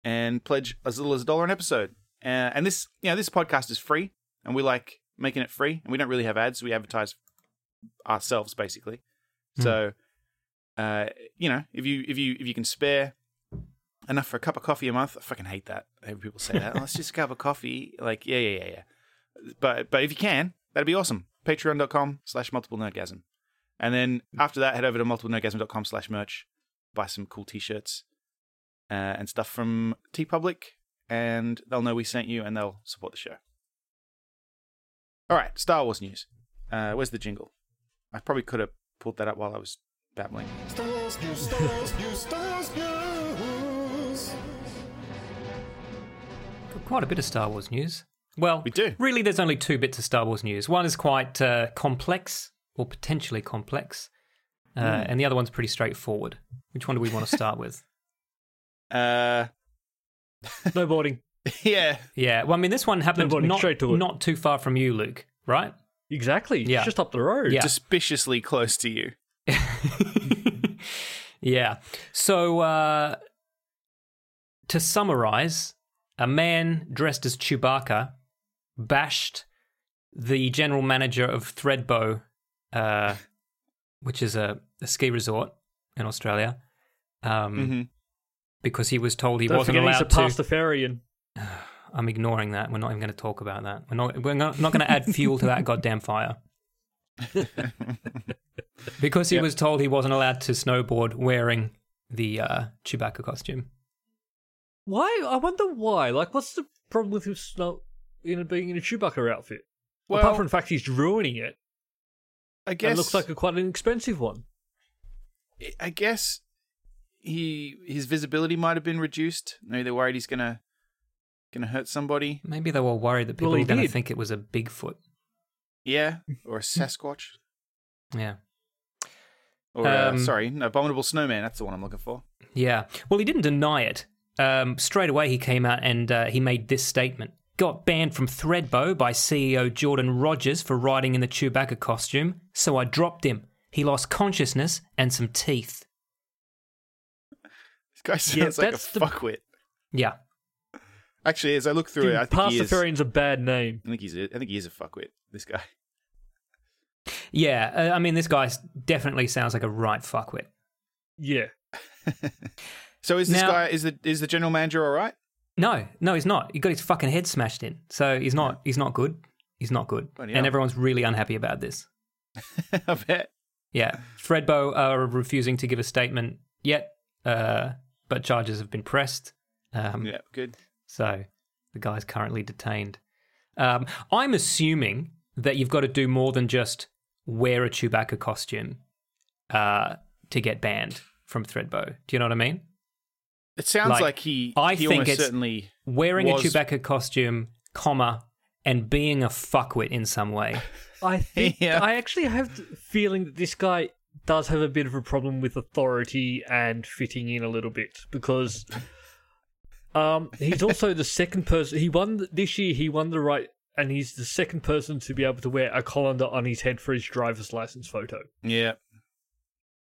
and pledge as little as a dollar an episode. Uh, and this, you know, this podcast is free and we like making it free and we don't really have ads. We advertise ourselves basically. So, uh, you know, if you, if you, if you can spare enough for a cup of coffee a month, I fucking hate that. I hate when people say that. oh, it's just a cup of coffee. Like, yeah, yeah, yeah, yeah but but if you can, that'd be awesome. Patreon.com slash multiple nerdgasm. And then after that, head over to multiple nerdgasm.com slash merch, buy some cool t shirts uh, and stuff from T Public, and they'll know we sent you and they'll support the show. All right, Star Wars news. Uh, where's the jingle? I probably could have pulled that up while I was babbling.
Star Wars news, Star Wars news, Star Wars news.
Quite a bit of Star Wars news. Well,
We do.
Really, there's only two bits of Star Wars news. One is quite uh, complex, or potentially complex, uh,
Hmm.
and the other one's pretty straightforward. Which one do we want to start with?
Uh, *laughs*
Snowboarding.
yeah.
*laughs* Yeah. Well, I mean, this one happened
Nobody,
not,
straight to it.
not too far from you, Luke, right?
Exactly.
Yeah.
It's just up the road.
Yeah.
Suspiciously close to you.
*laughs* Yeah. So, uh, to summarize, a man dressed as Chewbacca bashed the general manager of Threadbow, uh, which is a, a ski resort in Australia, um,
Mhm.
because he was told he
Don't
wasn't
forget he's
allowed
a
to.
pastafarian.
I'm ignoring that. We're not even going to talk about that. We're not. We're not, not going to add
*laughs*
fuel to that goddamn fire. because he was told he wasn't allowed to snowboard wearing the uh, Chewbacca costume.
Why? I wonder why. Like, what's the problem with him not you know, being in a Chewbacca outfit?
Well,
Apart from the fact he's ruining it.
I
and
guess
It looks like a quite an expensive one.
I guess he his visibility might have been reduced. Maybe they're worried he's gonna gonna hurt somebody.
Maybe they were worried that people
Well, he
were going to
did.
think it was a Bigfoot.
Yeah,
*laughs*
or a Sasquatch,
Yeah.
or uh
Um,
sorry, an abominable snowman. That's the one I'm looking for.
Yeah. Well, he didn't deny it. Um, straight away, he came out and uh, he made this statement. Got banned from Threadbow by CEO Jordan Rogers for riding in the Chewbacca costume, so I dropped him. He lost consciousness and some teeth.
This guy
Yeah,
sounds like a
that's the-
fuckwit.
Yeah.
Actually, as I look through
Dude,
it, I think he is. I
pastafarian's a bad name.
think he's. A, I think he is a fuckwit. This guy.
Yeah. Uh, I mean, this guy s- definitely sounds like a right fuckwit.
Yeah.
So is this
Now-
guy is the is the general manager all right?
No, no, he's not. He got his fucking head smashed in. So he's not, he's not good. He's not good.
Bloody
and
hell.
everyone's really unhappy about this.
*laughs* I bet.
Yeah, Fredbo are refusing to give a statement yet, uh, but charges have been pressed. Um,
Yeah, good.
So the guy's currently detained. Um, I'm assuming that you've got to do more than just wear a Chewbacca costume uh, to get banned from Threadbow. Do you know what I mean?
It sounds
Like,
like, he.
I
he
think
almost
it's-
certainly.
Wearing
Was-
a Chewbacca costume, comma, and being a fuckwit in some way.
I think
Yeah.
I actually have the feeling that this guy does have a bit of a problem with authority and fitting in a little bit because um, he's also the second person. He won the- this year. He won the right, and he's the second person to be able to wear a colander on his head for his driver's license photo.
Yeah.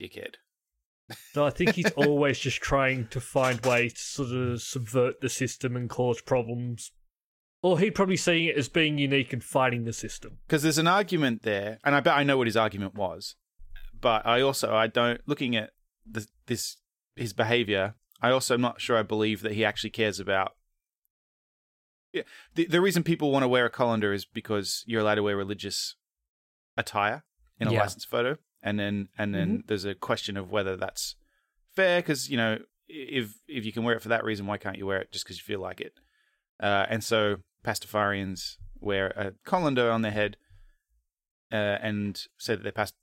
Dickhead.
So I think he's always just trying to find ways to sort of subvert the system and cause problems. Or he'd probably seeing it as being unique and fighting the system.
because there's an argument there, and I bet I know what his argument was, but I also I don't looking at this, this his behavior. I also am not sure I believe that he actually cares about. Yeah, the the reason people want to wear a colander is because you're allowed to wear religious attire in a
Yeah.
license photo, and then and then there's a question of whether that's fair because you know if if you can wear it for that reason, why can't you wear it just because you feel like it? Uh, and so Pastafarians wear a colander on their head uh, and say that they're past-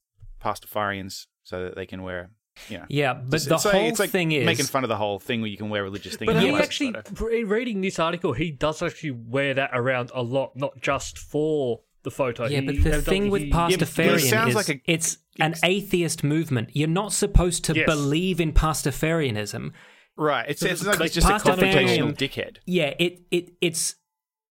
Pastafarians so that they can wear, you know. *laughs*
Yeah, but
It's-
the
it's like-
whole
it's like
thing is
making fun of the whole thing where you can wear religious things.
But
in
he
your license
actually,
photo.
re- reading this article, he does actually wear that around a lot, not just for the photo.
Yeah,
He-
but the
he-
thing with
he-
Pastafarian
it sounds
is
like a-
it's an atheist movement. You're not supposed to
Yes.
believe in Pastafarianism.
right? It's, it's,
it's
like
like
it's just a confrontational
Pastafarian-
dickhead.
Yeah, it it it's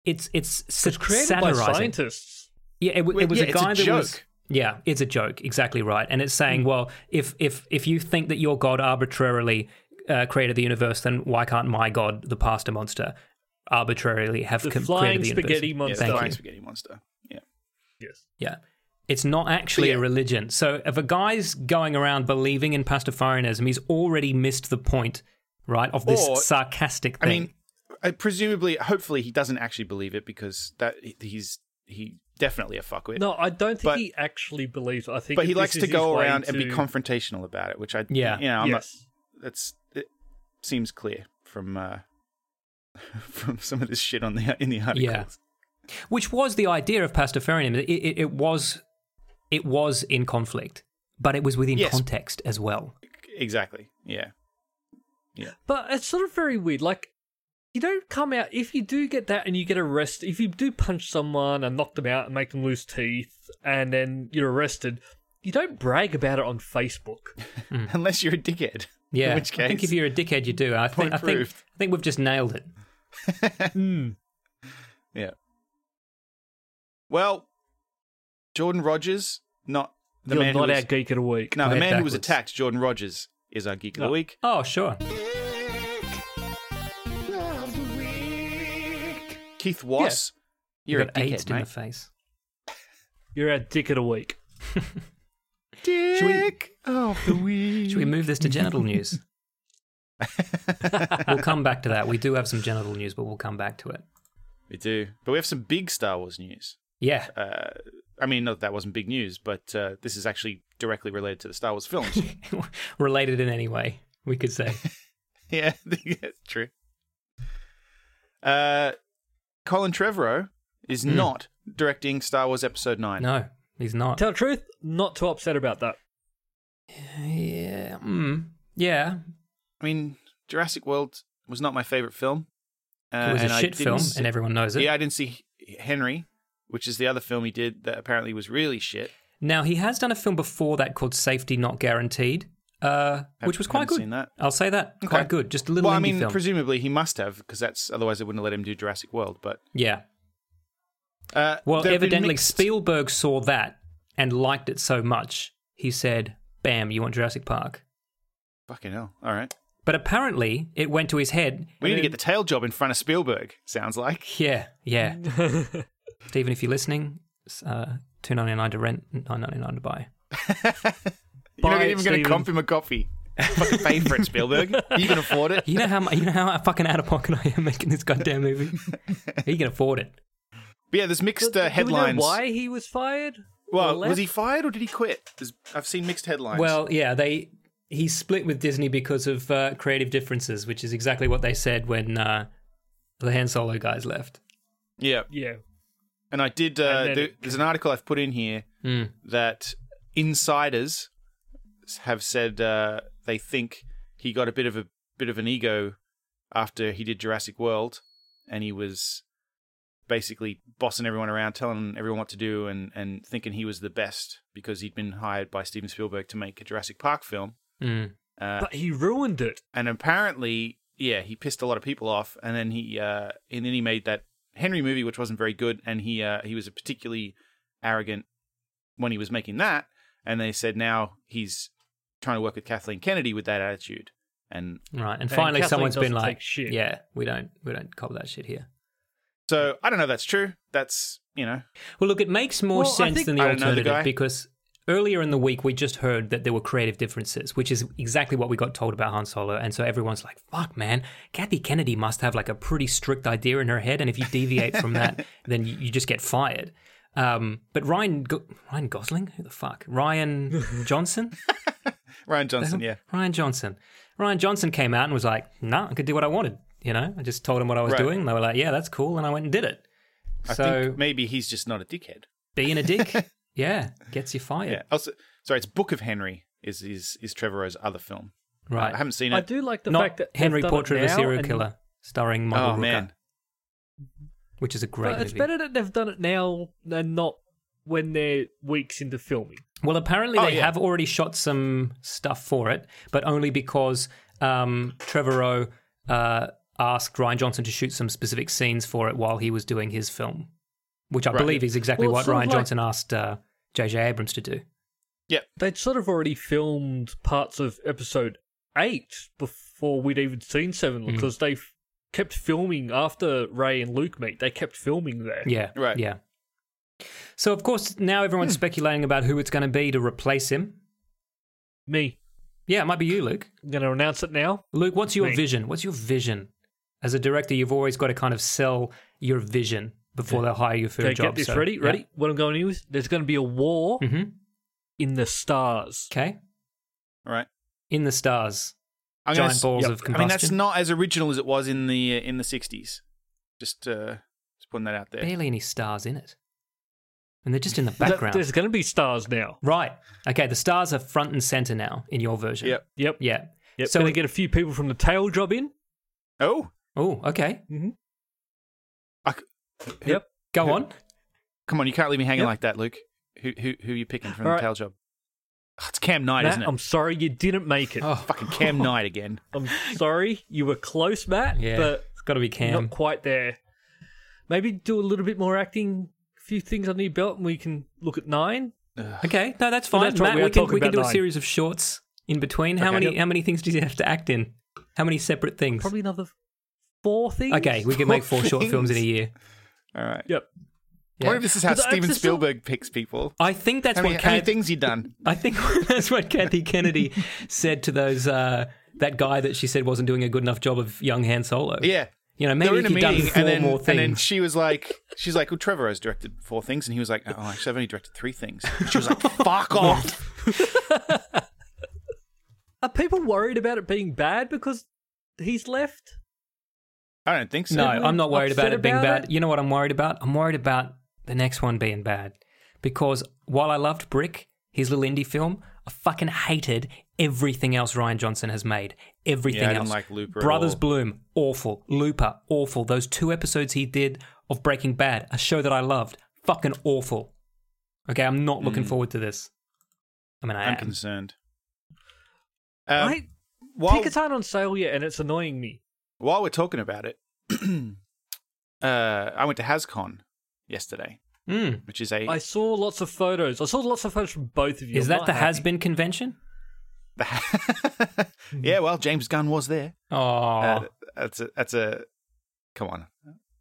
it's it's,
It's
sat-
created by
satirizing.
scientists.
Yeah, it, w-
Well,
it was
yeah,
a
it's a
guy that was.
joke.
Yeah, it's a joke. Exactly right. And it's saying, well, if if if you think that your god arbitrarily uh, created the universe, then why can't my god, the pasta monster, arbitrarily have
The
com-
flying
created the
spaghetti
universe?
monster.
yeah,
Oh, Thank
flying
you.
spaghetti monster. Yeah,
Yes.
Yeah. It's not actually
yeah.
a religion. So if a guy's going around believing in Pastafarianism, he's already missed the point, right, of this
Or-
sarcastic
I
thing.
mean, I presumably, hopefully, he doesn't actually believe it because that he's he definitely a fuckwit.
No, I don't think
But-
he actually believes. I think,
but he
this
likes
is
to
his
go
way
around and be
to-
confrontational about it, which I
Yeah.
you know, I'm not,
yes.
that's it seems clear from uh *laughs* from some of this shit on the in the article.
Yeah. Which was the idea of Pastafarianism. It, it, it was it was in conflict, but it was within
Yes.
context as well.
Exactly. Yeah.
But it's sort of very weird. Like, you don't come out if you do get that and you get arrested. If you do punch someone and knock them out and make them lose teeth, and then you're arrested, you don't brag about it on Facebook.
Unless you're a dickhead.
Hmm.
*laughs*
Yeah.
In which
I think
case-
if you're a dickhead, you do. I
Point
think, I think
proved.
I think we've just nailed it.
Mm.
Yeah. Well, Jordan Rogers, not the
You're
man
not
who
our
was,
geek of the week.
no, the
Way
man who was
backwards.
attacked. Jordan Rogers is our geek of the
Oh.
week.
Oh, sure.
Keith Wass,
You
you're a
got aged
dickhead,
in the
mate.
face.
You're our dick of the week.
Dick of
*laughs*
the week.
Should we move this to
*laughs*
genital news? we'll come back to that. We do have some genital news, but we'll come back to it.
We do, but we have some big Star Wars news.
Yeah.
Uh, I mean, not that that wasn't big news, but uh, this is actually directly related to the Star Wars
*laughs*
films.
*laughs* Related in any way, we
*laughs*
could say.
yeah, yeah, true. Uh, Colin Trevorrow is not directing Star Wars Episode Nine.
Hmm. No, he's not.
Tell the truth, not too upset about that.
Yeah. Mm, yeah.
I mean, Jurassic World was not my favorite film. Uh,
It was a
and I
shit
didn't
film,
see-
and everyone knows it.
yeah, I didn't see Henry, which is the other film he did that apparently was really shit.
Now he has done a film before that called Safety Not Guaranteed, uh, which was quite
haven't
good.
seen that.
I'll say that quite good. Just a little
well, I
indie
mean,
film.
presumably he must have because that's otherwise they wouldn't have let him do Jurassic World. But
yeah.
uh,
Well,
there have been
evidently
mixed-
Spielberg saw that and liked it so much, he said, "Bam, you want Jurassic Park."
Fucking hell! All right,
But apparently, it went to his head.
we need to get the tail job in front of Spielberg. Sounds like
Yeah, yeah. Stephen, if you're listening, it's, uh, two ninety nine to rent, nine ninety nine to buy.
you're
Buy
not
it,
even going to
Steven.
comp him a coffee. Fucking pay for
*laughs*
it, Spielberg. You can afford it.
You know how mu- you know how fucking out of pocket *laughs* I am making this
*laughs*
goddamn movie. he can afford it.
But yeah, there's mixed uh,
Do we know
headlines.
why he was fired?
Well,
Or
was he
left?
fired or did he quit? There's, I've seen mixed headlines.
Well, yeah, they he split with Disney because of uh, creative differences, which is exactly what they said when uh, the Han Solo guys left.
yeah,
Yeah.
and I did.
And
Uh,
then Hmm.
there,
it-
there's an article I've put in here
Mm.
that insiders have said uh, they think he got a bit of a bit of an ego after he did Jurassic World, and he was basically bossing everyone around, telling everyone what to do, and and thinking he was the best because he'd been hired by Steven Spielberg to make a Jurassic Park film.
Mm.
Uh,
But he ruined it.
and apparently, yeah, he pissed a lot of people off, and then he uh, and then he made that Henry movie, which wasn't very good, and he uh, he was particularly arrogant when he was making that, and they said now he's trying to work with Kathleen Kennedy with that attitude, and
Right, and finally
Kathleen
someone's been
doesn't
like,
take shit.
"Yeah, we don't we don't cop that shit here."
so I don't know if that's true. That's you know,
Well, look, it makes more
Well, I
sense
think-
than the
I don't know the
alternative
guy.
because earlier in the week we just heard that there were creative differences, which is exactly what we got told about Han Solo, and so everyone's like, "Fuck, man, Kathy Kennedy must have like a pretty strict idea in her head, and if you deviate from
*laughs*
that, then you, you just get fired." Um, but Ryan Go- Ryan Gosling, who the fuck,
*laughs*
Ryan Johnson,
Ryan Johnson, yeah,
Ryan Johnson, Ryan Johnson came out and was like, "Nah, I could do what I wanted." You know, I just told him what I was
Right.
doing, and they were like, "Yeah, that's cool," and I went and did it.
I
so
think maybe he's just not a dickhead.
being a
*laughs*
dick, yeah, gets you fired.
Yeah. Also, sorry, it's Book of Henry is is is Trevorrow's other film. I
Right.
haven't seen it.
I do like the
Not
fact that they've
Henry
done it
Portrait of a
now
Serial
and-
Killer, starring Michael
oh
Rooker,
man,
which is a great
But it's
movie.
better that they've done it now than not when they're weeks into filming.
Well, apparently
Oh,
they
yeah.
have already shot some stuff for it, but only because um, Trevorrow uh, asked Ryan Johnson to shoot some specific scenes for it while he was doing his film, which I
Right.
believe is exactly
Well,
what
sort of
Ryan
like-
Johnson asked uh, J.J. Abrams to do.
They'd sort of already filmed parts of episode eight before we'd even seen seven
Mm.
because they f- kept filming after Ray and Luke meet. They kept filming there.
Yeah.
Right.
Yeah. So of course now everyone's
Hmm.
speculating about who it's going to be to replace him.
Me,
Yeah, it might be you, Luke.
I'm going to announce it now.
Luke, what's your
Me.
vision? What's your vision? As a director, you've always got to kind of sell your vision before they'll hire you for
Okay,
a job.
get this
so-
ready.
yeah.
Ready? What I'm going to use? There's going to be a war
Mhm.
in the stars.
Okay.
all right.
In the stars.
I'm
Giant
gonna s-
balls
yep.
of
I
combustion.
mean, that's not as original as it was in the uh, in the '60s. Just uh, just putting that out there.
barely any stars in it. And they're just in the
Th-
background.
There's going to be stars now.
Right. Okay, the stars are front and center now in your version.
Yep.
Yep.
Yeah.
Yep.
So-
So going to get a few people from the tail job in.
Oh,
Oh, okay.
Yep.
Go on.
come on! You can't leave me hanging
Yep.
like that, Luke. Who who who are you picking from
All
the
right.
tail job? Oh, it's Cam Knight,
Matt,
isn't it? *laughs*
I'm sorry you didn't make it.
Oh. *laughs*
Fucking Cam Knight again.
I'm sorry you were close, Matt.
Yeah.
But
Got to be Cam.
Not quite there. Maybe do a little bit more acting, a few things under your belt, and we can look at nine.
Okay, no, that's fine.
that's right,
Matt,
we
we,
are
can
talking
we can
about
do a
nine.
series of shorts in between. How
Okay.
many
Yep.
how many things do you have to act in? How many separate things?
Probably another four things.
okay, we can make four short films in a year.
All right.
Yep.
Yeah.
What if this is how
But I-
Steven
it's still-
Spielberg picks people?
I think that's
How many,
what
how many
Kat-
things he
*laughs*
done?
I think that's what Kathy Kennedy said to those uh, that guy that she said wasn't doing a good enough job of young Han Solo.
Yeah.
you know
They
maybe
were
if
in a
you'd done
meeting,
four
and then,
more
and
things.
then she was like, "She's like, well, Trevor has directed four things," and he was like, "Oh, actually, I've only directed three things." She was like,
*laughs*
"Fuck off!"
Are people worried about it being bad because he's left?
I don't think so.
no, I'm not worried about
upset
it being
about
bad.
it?
You know what I'm worried about? I'm worried about the next one being bad because while I loved Brick, his little indie film, I fucking hated everything else Ryan Johnson has made. Everything
Yeah, I didn't
else.
like Looper at
Brothers
all.
Bloom, awful. Looper, awful. Those two episodes he did of Breaking Bad, a show that I loved, fucking awful. Okay, I'm not looking forward to this. I mean, I
Mm. I'm
am.
concerned.
I
Um,
right?
while-
Tickets aren't on sale yet, and it's annoying me.
while we're talking about it, *clears throat* uh, I went to HasCon yesterday,
Mm.
which is a *laughs*
I saw lots of photos. I saw lots of photos from both of you.
Is
I'm
that
not
the
happy.
has been convention?
Hmm. yeah. Well, James Gunn was there.
Oh,
Uh, that's a that's a come on.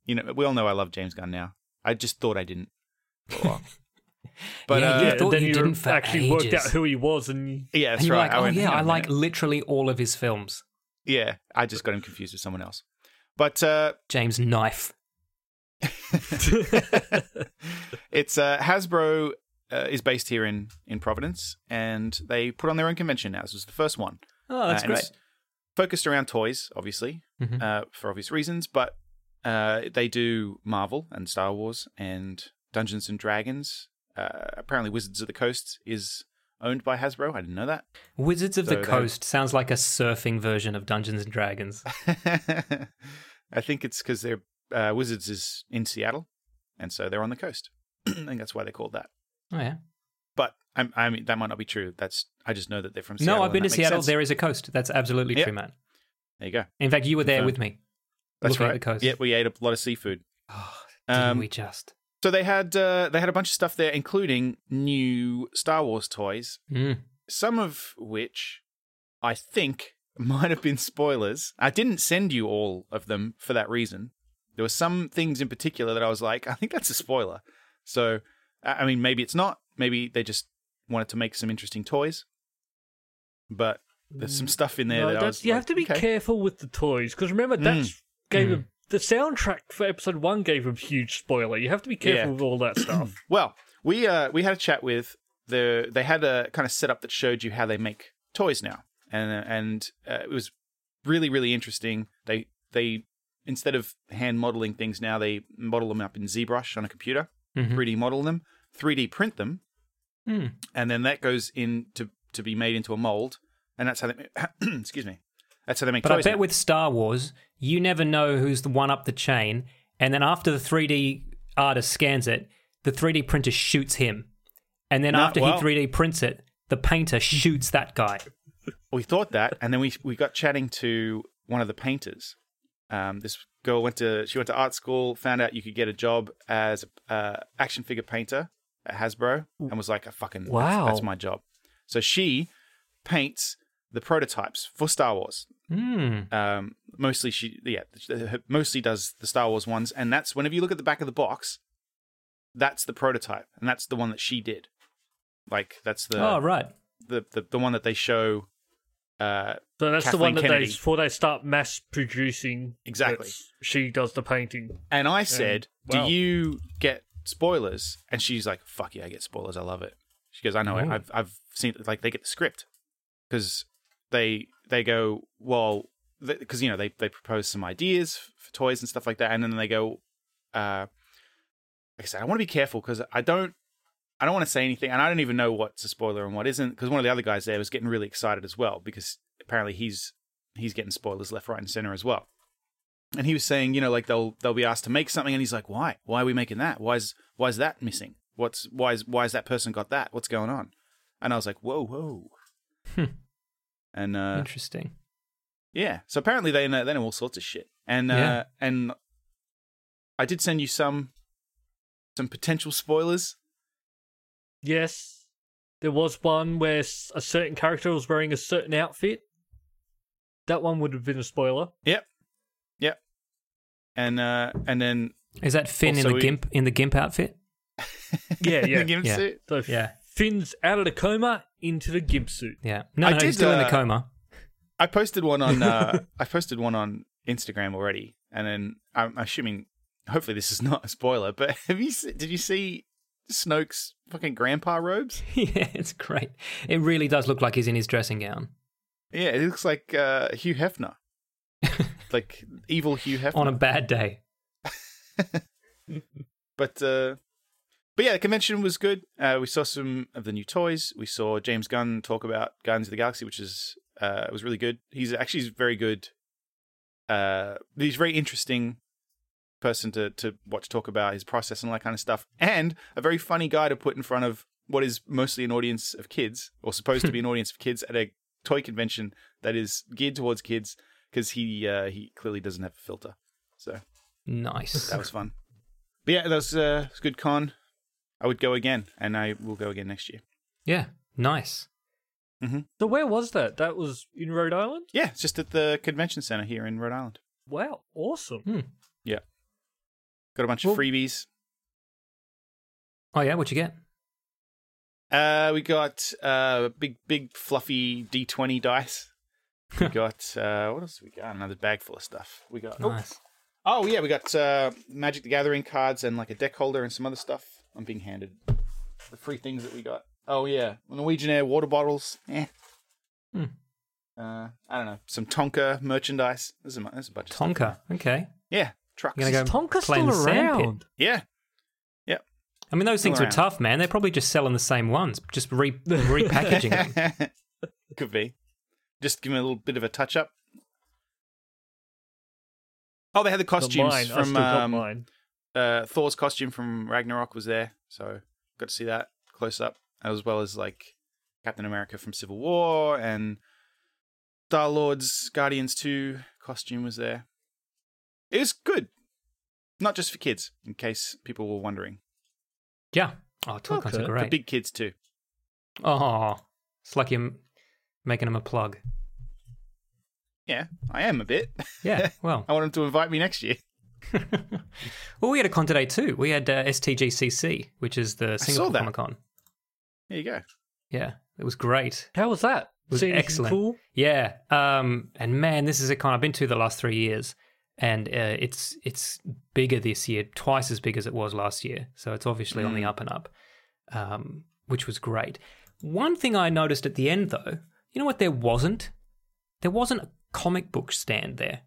You know, we all know I love James Gunn now. I just thought I didn't. for
*laughs*
a while. but
Yeah,
uh,
yeah,
Yeah,
I thought
and then
you
you,
didn't for
actually worked
ages.
out who he was, *laughs* and
yeah, that's
and you're
right.
like,
I
oh
went,
yeah,
"Hang
I
on a
like
minute."
literally all of his films.
Yeah, I just got him confused with someone else. But uh,
James Knife.
it's uh, Hasbro uh, is based here in in Providence, and they put on their own convention now. This was the first one.
Oh,
Uh, and it's Focused around toys, obviously, uh, for obvious reasons, but uh, they do Marvel and Star Wars and Dungeons and Dragons. Uh, apparently, Wizards of the Coast is owned by Hasbro. I didn't know
Wizards of
So
the
that-
Coast sounds like a surfing version of Dungeons and
*laughs*
Dragons.
that. *laughs* I think it's because their uh, Wizards is in Seattle, and so they're on the coast. *clears throat* I think that's why they're called that.
Oh yeah.
But I'm, I mean, that might not be true. That's I just know that they're from Seattle.
no, I've
and
been
that
to
makes
Seattle.
sense.
There is a coast. That's absolutely
Yeah.
true, man.
There you go.
In fact, you were there
Confirmed.
with me.
That's
looking
right.
at the coast.
Yeah, we ate a lot of seafood.
Didn't
Um,
we just?
So they had uh, they had a bunch of stuff there, including new Star Wars toys,
Mm.
some of which I think *laughs* might have been spoilers. I didn't send you all of them for that reason. There were some things in particular that I was like, I think that's a spoiler. So, I I mean, maybe it's not. Maybe they just wanted to make some interesting toys. But there's some stuff in there
Mm. No,
that I
that's-
was
you
like,
have to be
okay. Mm.
careful with the toys because remember that's gave him the soundtrack for episode one gave him huge spoiler. You have to be careful
Yeah.
with all
*clears throat*
that stuff.
Well, we uh, we had a chat with the. They had a kind of setup that showed you how they make toys now, and and uh, it was really really interesting. They they instead of hand modeling things now, they model them up in ZBrush on a computer,
Mm-hmm.
3D model them, 3D print them,
Hmm.
and then that goes in to to be made into a mold, and that's how they *clears throat* excuse me. That's how they make
But I
toys.
bet
now.
with Star Wars, you never know who's the one up the chain. And then after the 3D artist scans it, the 3D printer shoots him. And then
No,
after
well-
he 3D prints it,
*laughs*
the painter shoots that guy.
we thought that, and then we we got chatting to one of the painters. Um, this girl went to she went to art school, found out you could get a job as a uh, action figure painter at Hasbro, and was like, "I fucking that's-
Wow.
that's, my job." So she paints the prototypes for Star Wars.
Hmm.
Um, mostly she yeah she- mostly does the Star Wars ones, and that's whenever you look at the back of the box, that's the prototype, and that's the one that she did. Like that's the
oh, right.
the, the the one that they show. Uh,
So that's the
Kathleen
one that
Kennedy.
they before they start mass producing.
Exactly.
that's- She does the painting.
And I said,
wow.
"Do you get spoilers?" And she's like, "Fuck yeah, I get spoilers. I love it." She goes, "I know it.
Ooh.
I've I've seen like they get the script because they they go well because you know they they propose some ideas f- for toys and stuff like that, and then they go, uh, like I said, I want to be careful because I don't." I don't want to say anything, and I don't even know what's a spoiler and what isn't, because one of the other guys there was getting really excited as well, because apparently he's he's getting spoilers left, right, and center as well and he was saying, you know, like they'll they'll be asked to make something, and he's like, why? Why are we making that? Why's why's that missing? What's why's why's that person got that? What's going on? And I was like, whoa, whoa. and uh,
Interesting.
Yeah. So apparently they know, they know all sorts of shit. And uh,
Yeah.
and I did send you some some potential spoilers.
Yes, there was one where s- a certain character was wearing a certain outfit. That one would have been a
*laughs*
spoiler.
Yep. Yep. And uh and then
Is that Finn
Also,
in the
we-
gimp in the gimp outfit?
Yeah,
*laughs*
yeah.
the gimp
*laughs* yeah.
suit.
So yeah.
Yeah.
Finn's out of the coma into the gimp suit.
Yeah. No,
I
no,
did,
he's still in
uh,
the coma. *laughs*
I posted one on uh I posted one on Instagram already. And then I'm assuming hopefully this is not a spoiler, but *laughs* have you se- did you see Snoke's fucking grandpa robes?
yeah, it's great. It really does look like he's in his dressing gown
Yeah, it looks like uh, Hugh
*laughs*
Hefner. like evil Hugh Hefner.
on a bad day.
But uh, but yeah, the convention was good. Uh, we saw some of the new toys. We saw James Gunn talk about Guardians of the Galaxy, which is uh, was really good. He's actually very good. Uh, he's a very interesting person to to watch talk about his process and all that kind of stuff, and a very funny guy to put in front of what is mostly an audience of kids, or supposed to be an audience of kids at a toy convention that is geared towards kids, because he uh, he clearly doesn't have a filter. So
Nice.
that was fun. But yeah, that was, uh, it was a good con. I would go again, and I will go again next year. Mm-hmm.
yeah. Nice.
So where was that? That was in Rhode Island.
Yeah, it's just at the convention center here in Rhode Island.
Wow, awesome.
Hmm.
Got a bunch of
Well-
freebies.
Oh yeah, what you get?
Uh, we got uh, big, big, fluffy D20
*laughs*
dice. We got uh, what else? We got another bag full of stuff. We got oh,
Nice.
oh yeah, we got uh, Magic the Gathering cards and like a deck holder and some other stuff. I'm being handed the free things that we got. Oh yeah, Norwegian Air water bottles. Eh.
Hmm.
Uh, I don't know. Some Tonka merchandise. There's a, mu- there's a bunch of stuff.
Tonka. Okay.
Yeah, trucks.
You're gonna
Is
go
Tonka
play
still
in Um, the sandpit.
around?
Yeah,
I mean, those things were
around.
tough, man. They're probably just selling the same ones,
*laughs*
just re- repackaging them.
could be. Just give me a little bit of a touch up. Oh, they had the
Got
costumes
mine. I still
from
got
um,
mine.
uh, Thor's costume from Ragnarok was there, so got to see that close up, as well as like Captain America from Civil War and Star Lord's Guardians Two costume was there. It was good, not just for kids, in case people were wondering.
Yeah. Oh, Tonka's
Okay.
are great.
The big kids too.
oh, it's like you're making them a plug.
Yeah, I am a bit. *laughs*
Yeah. Well.
I want them to invite me next year.
well, we had a con today too. We had uh, STGCC, which is the
saw
Singapore
that.
Comic Con.
There you go.
Yeah, it was great.
How was that?
was
See anything
excellent.
Cool?
Yeah, um, and man, this is a con I've been to the last three years, and uh, it's it's bigger this year, twice as big as it was last year. So it's obviously on the up and up, um, which was great. One thing I noticed at the end, though, you know what? There wasn't there wasn't a comic book stand there,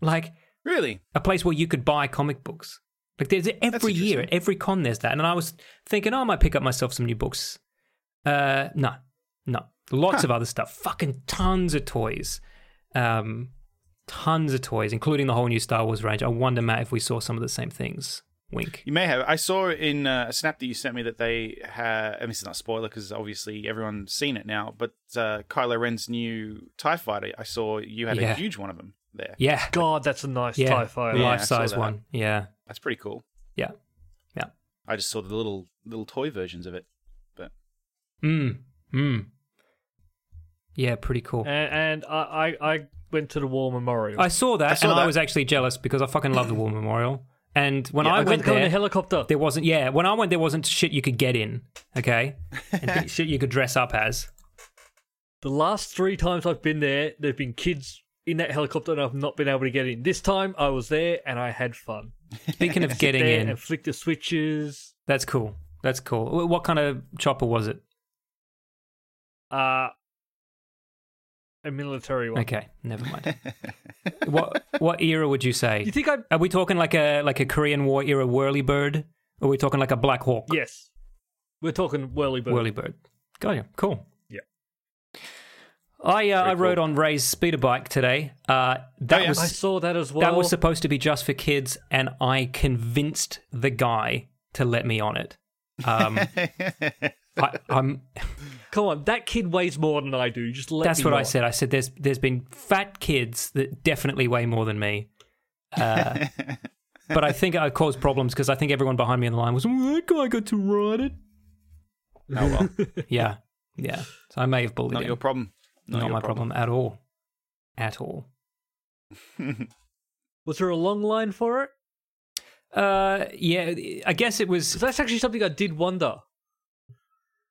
like
Really?
a place where you could buy comic books. Like there's every year at
interesting.
every con there's that, and I was thinking, oh, I might pick up myself some new books. Uh, no, no, lots of other stuff. Fucking tons of toys, um, tons of toys, including the whole new Star Wars range. I wonder, Matt, if we saw some of the same things. Wink.
You may have. I saw in uh, a snap that you sent me that they had. And this is not a spoiler because obviously everyone's seen it now. But uh, Kylo Ren's new Tie Fighter. I saw you had a
Yeah.
huge one of them there.
Yeah,
God, that's a nice
yeah,
tie fighter.
Yeah, I
life size
saw that.
one. Yeah,
That's pretty cool.
yeah, yeah.
I just saw the little little toy versions
*laughs*
of it.
Mm, mm. Yeah, pretty cool.
And, and I, I, I went to the War Memorial.
I saw that,
I saw
and I
that.
was actually jealous because I fucking love the War Memorial. And when
Yeah,
I
I got
went
to go in
there,
a helicopter.
There wasn't, yeah. When I went, there wasn't shit you could get in, okay? And shit you could dress up as.
The last three times I've been there, there've been kids in that helicopter, and I've not been able to get in. This time, I was there and I had fun.
Speaking of getting
there
in,
and flick the switches.
that's cool. That's cool. Wh- What kind of chopper was it?
Uh, a military one.
Okay, never mind. what what era would you say?
You think I?
Are we talking like a like a Korean War era whirly bird? Or are we talking like a Black Hawk
Yes. We're talking whirly bird.
whirly bird? Got you. Cool.
Yeah.
I uh, I
Very
rode
cool.
on Ray's speeder bike today. Uh, that
yeah.
was
I saw that as well.
That was supposed to be just for kids, and I convinced the guy to let me on it. Um, I, I'm,
Come on, that kid weighs more than I do. Just let
That's
me
what I
not.
said. I said there's there's been fat kids that definitely weigh more than me. Uh, but I think I caused problems because I think everyone behind me in the line was "Oh, that guy got to ride it.
Oh well,
Yeah, yeah. So I may have bullied
not
him.
your problem.
Not
your
my problem. at all, at all.
Was there a long line for it?
Uh, yeah. I guess it
'Cause
was.
that's actually something I did wonder.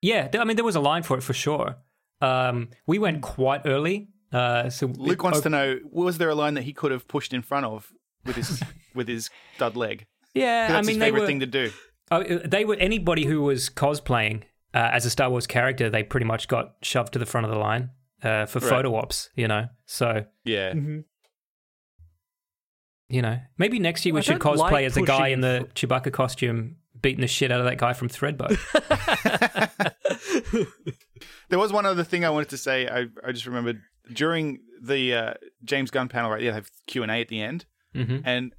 Yeah. th- I mean, there was a line for it for sure. Um, we went quite early. Uh, so
Luke wants to know: Was there a line that he could have pushed in front of with
*laughs*
his with his dud leg?
Yeah,
'Cause
I
That's
mean,
his
they
favorite
were.
thing to do.
Oh, they were anybody who was cosplaying uh, as a Star Wars character. They pretty much got shoved to the front of the line uh, for
Right.
photo ops. You know, so
Yeah,
Mm-hmm. you know maybe next year we
I
should
don't
cosplay
like
as a guy
pushing
in the Chewbacca costume beating the shit out of that guy from Threadbow.
there was one other thing I wanted to say. I I just remembered during the uh, James Gunn panel, right? Yeah, they have Q and A at the end,
mm-hmm.
*laughs* and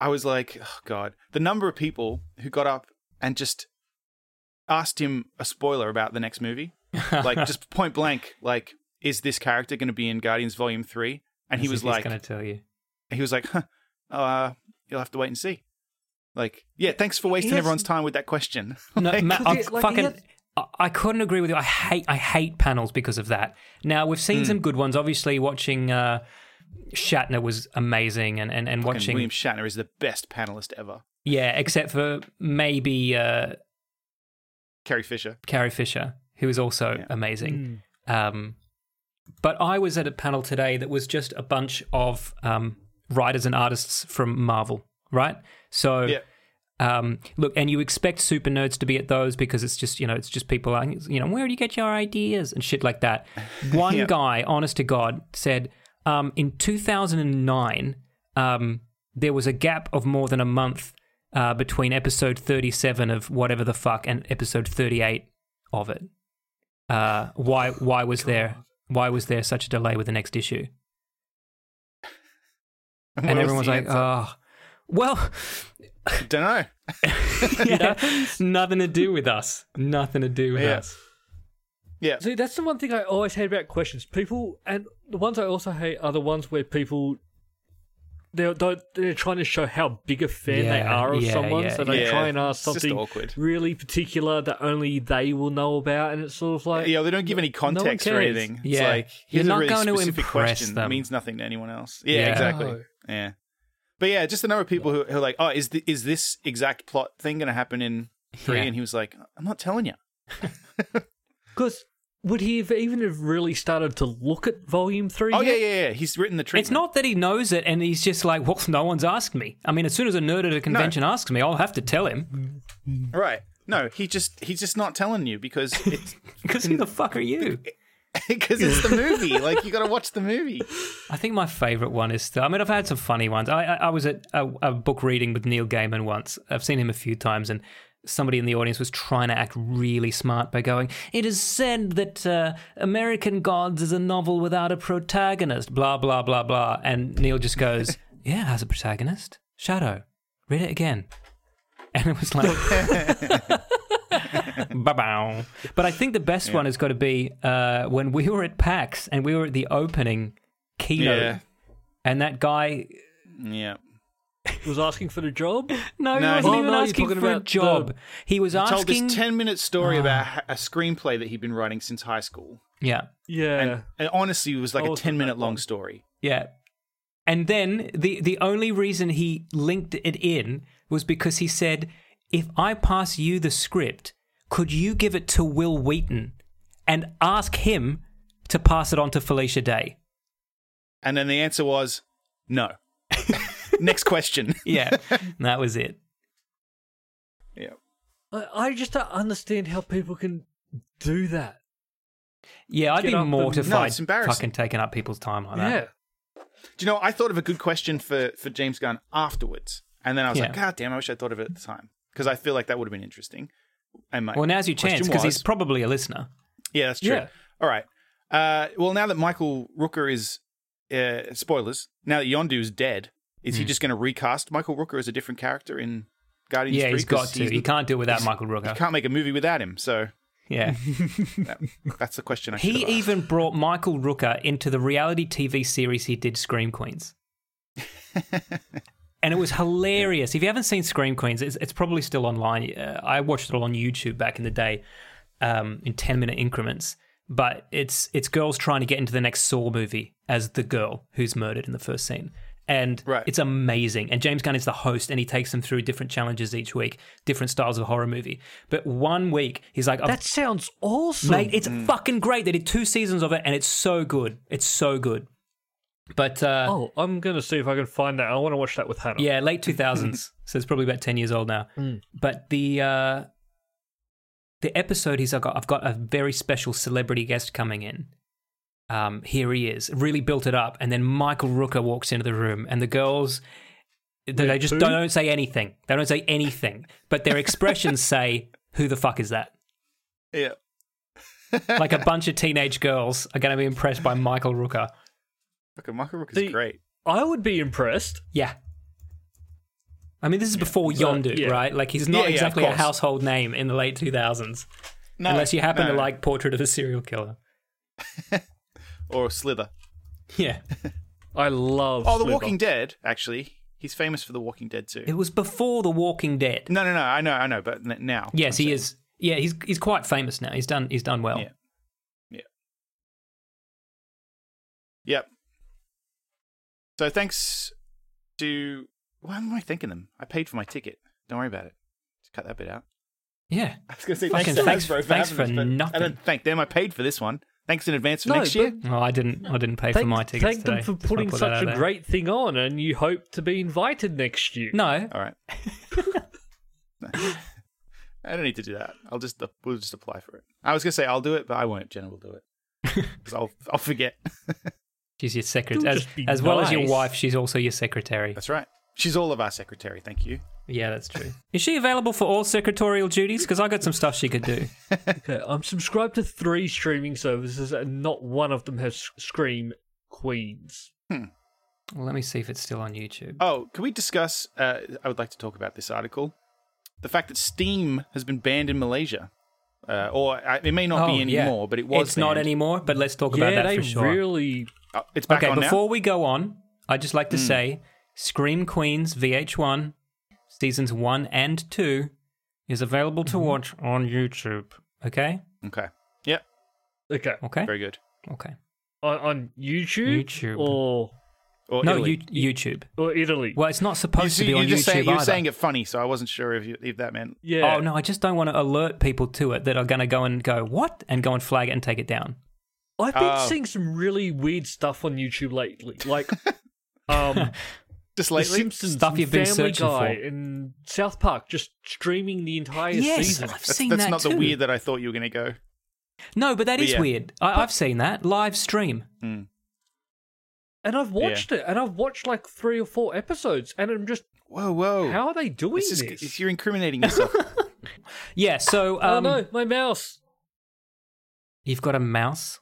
I was like, oh, God, the number of people who got up and just asked him a spoiler about the next
*laughs*
movie, like just point blank, like, is this character going to be in Guardians Volume Three? And he was like,
"Going to tell you."
he was like, huh, uh, you'll have to wait and see. Like, yeah, thanks for wasting
Yes.
everyone's time with that question.
No,
Like,
Matt, I
it- like,
fucking.
it-
I- I couldn't agree with you. I hate I hate panels because of that. Now we've seen
Hmm.
some good ones. Obviously, watching uh, Shatner was amazing, and and, and
fucking
watching
William Shatner is the best panelist ever.
yeah, except for maybe uh,
Carrie Fisher.
Carrie Fisher, who is also
Yeah.
amazing. Um, but I was at a panel today that was just a bunch of um, writers and artists from Marvel, right? So
Yeah.
um, look, and you expect super nerds to be at those because it's just you know it's just people like you know where do you get your ideas and shit like
*laughs*
that. One
Yeah.
guy, honest to God, said um, in 2009 um, there was a gap of more than a month uh, between episode 37 of whatever the fuck and episode 38 of it. Uh, why why was there why was there such a delay with the next issue?
*laughs*
and everyone's like, oh, well. *laughs*
don't know.
yeah. Nothing to do with us. Nothing to do with
Yeah.
us.
Yeah.
*laughs* See, that's the one thing I always hate about questions. People, and the ones I also hate are the ones where people they're they're, they're trying to show how big a fan they
Yeah,
are of
yeah,
someone,
yeah,
so they
yeah.
try and ask
It's just
something
awkward.
really particular that only they will know about, and it's sort of like
Yeah, they don't give any
one
context or
cares.
anything. It's
Yeah.
like
You're
here's
not
a really
going to
specific
impress
question.
them.
It means nothing to anyone else. Yeah,
Yeah.
exactly.
No.
Yeah. But yeah, just the number of people who, who are like, oh, is the, is this exact plot thing going to happen in three?
Yeah.
And he was like, I'm not telling you.
Because would he have even have really started to look at Volume Three?
Oh yeah,
yet?
yeah, yeah. He's written the treatment.
It's not that he knows it and he's just like, well, no one's asked me. I mean, as soon as a nerd at a convention asks me, I'll have to tell him. *laughs*
right. No, he just he's just not telling you because
*laughs*
it's *laughs*
Because who the fuck are you?
because it's the movie. Like you got to watch the movie.
I think my favorite one is still, I mean, I've had some funny ones. I, I, I was at a, a book reading with Neil Gaiman once. I've seen him a few times, and somebody in the audience was trying to act really smart by going, It is said that uh, American Gods is a novel without a protagonist, blah, blah, blah, blah. And Neil just goes, Yeah, it has a protagonist. Shadow. Read it again. *laughs* And it was like, *laughs* Ba-bow. But I think the best one has got to be uh, when we were at PAX and we were at the opening keynote,
Yeah.
and that guy.
Yeah.
was asking for the job.
No,
No, he wasn't
he-
even
Oh, no, you're
asking
talking
for a
about
job.
the-
He was
Told
asking. Ah.
this ten minute story about h- a screenplay that he'd been writing since high school,
yeah,
Yeah,
and, and honestly, it was like
I
a
was
ten
on
minute
that
long
one.
story.
yeah. And then the the only reason he linked it in was because he said, "If I pass you the script, could you give it to Will Wheaton and ask him to pass it on to Felicia Day?"
And then the answer was no. *laughs* Next question.
Yeah, that was it.
Yeah.
I, I just don't understand how people can do that.
Yeah, I'd
Get
be
up and- No,
mortified
it's embarrassing.
fucking taking up people's time like that.
Yeah,
Do you know, I thought of a good question for, for James Gunn afterwards. And then I was like,
Yeah.
God damn, I wish I thought of it at the time. Because I feel like that would have been interesting. And my
Well, now's your
question
chance because he's
was-
probably a listener.
Yeah, that's true.
Yeah.
All right. Uh, well, now that Michael Rooker is. Uh, spoilers. Now that Yondu is dead, is
Mm.
he just going to recast Michael Rooker as a different character in Guardians
yeah,
3?
he's got
'Cause
to. He can't do it without Michael
You
Rooker.
can't make a movie without him. So
Yeah.
That's the question I should
he
have asked.
even brought Michael Rooker into the reality TV series he did,
*laughs*
Scream Queens. and it was hilarious. If you haven't seen Scream Queens, it's, it's probably still online. Uh, I watched it all on YouTube back in the day um, in 10 minute increments. But it's it's girls trying to get into the next Saw movie as the girl who's murdered in the first scene. And
Right.
it's amazing. And James Gunn is the host and he takes them through different challenges each week, different styles of horror movie. But one week, he's like, I've
That sounds awesome.
Mate, it's fucking great. They did two seasons of it, and it's so good. It's so good. But uh,
oh, I'm gonna see if I can find that. I want to watch that with Hannah.
yeah, late two thousands, *laughs* so it's probably about ten years old now.
Mm.
But the uh, the episode he's got, I've got a very special celebrity guest coming in. Um, here he is. Really built it up, and then Michael Rooker walks into the room, and the girls. They, they just
who?
don't, don't say anything. They don't say anything, but their
*laughs*
expressions say, "Who the fuck is that?"
Yeah.
Like a bunch of teenage girls are going to be impressed by Michael Rooker.
Fucking Michael Rook is
The-
great.
I would be impressed.
Yeah. I mean, this is before Yondu,
yeah.
right? Like, he's
Yeah,
not
yeah, of
exactly a
course.
household name in the late 2000s.
No,
unless you happen
no.
to like Portrait of a Serial Killer.
Or Slither.
Yeah.
I love.
Oh, The
Slither.
Walking Dead, actually. He's famous for The Walking Dead too.
*laughs* It was before The Walking Dead.
No, no, no. I know, I know, but n- now.
yes,
I'm
he is. Yeah, he's he's quite famous now. He's done he's done well.
Yeah. Yep. So thanks to why am I thanking them? I paid for my ticket. Don't worry about it. Just cut that bit out.
Yeah.
I was gonna say
Fucking
to
thanks-
Hasbro
thanks
having
for
but I
nothing.
don't thank them. I paid for this one. Thanks in advance for
No,
next year.
Oh, I didn't I didn't pay
Thank,
for my tickets
thank
today.
them for
Just wanna
putting
put that
such
out
a
there.
great thing on, and you hope to be invited next year.
No.
All right. I don't need to do that. I'll just we'll just apply for it. I was gonna say I'll do it, but I won't. Jenna will do it
*laughs*
because I'll I'll forget.
She's your secretary.
You'll
As,
just be
as well as your
nice.
wife, she's also your secretary.
That's right. She's all of our secretary. Thank you.
Yeah, that's true. *laughs* Is she available for all secretarial duties? Because I got some stuff she could do.
Okay, I'm subscribed to three streaming services, and not one of them has Scream Queens.
Well, let me see if it's still on YouTube.
Oh, can we discuss? Uh, I would like to talk about this article. The fact that Steam has been banned in Malaysia, uh, or uh, it may not be
Oh, yeah.
anymore, but it was.
It's not
banned.
anymore, but let's talk about
yeah,
that
they
for sure.
really.
Uh, it's back
okay,
on Hmm.
before we go on, I'd just like to say Scream Queens VH1 seasons 1 and 2 is available to
Mm-hmm.
watch on YouTube. Okay?
now. Okay. Yep.
Okay,
Okay?
Very good.
Okay.
on, on YouTube,
YouTube.
or
Or
no,
Italy.
you, YouTube.
or Italy.
Well, it's not
You
supposed
see-
to be
you're
on YouTube
just saying, you're
either.
saying it funny, so I wasn't sure if you, if that meant.
yeah.
Oh no, I just don't want to alert people to it that are going to go and go what and go and flag it and take it down.
I've been
Oh.
seeing some really weird stuff on YouTube lately,
*laughs*
like um,
Just
The
*laughs*
lately.
Simpsons,
Stuff
and
you've been
Family
searching
Guy,
for.
and South Park just streaming the entire
yes,
season.
I've
That's,
seen
that's
that
not
too.
the weird that I thought you were going to go.
No, but that
But
is
yeah.
weird. I, I've seen that live stream.
Hmm.
And I've watched it, and I've watched like three or four episodes, and I'm just,
Whoa, whoa!
how are they doing
Oh, this
this?
is, you're incriminating
*laughs*
yourself.
Yeah, so
oh
um,
no, my mouse.
you've got a mouse.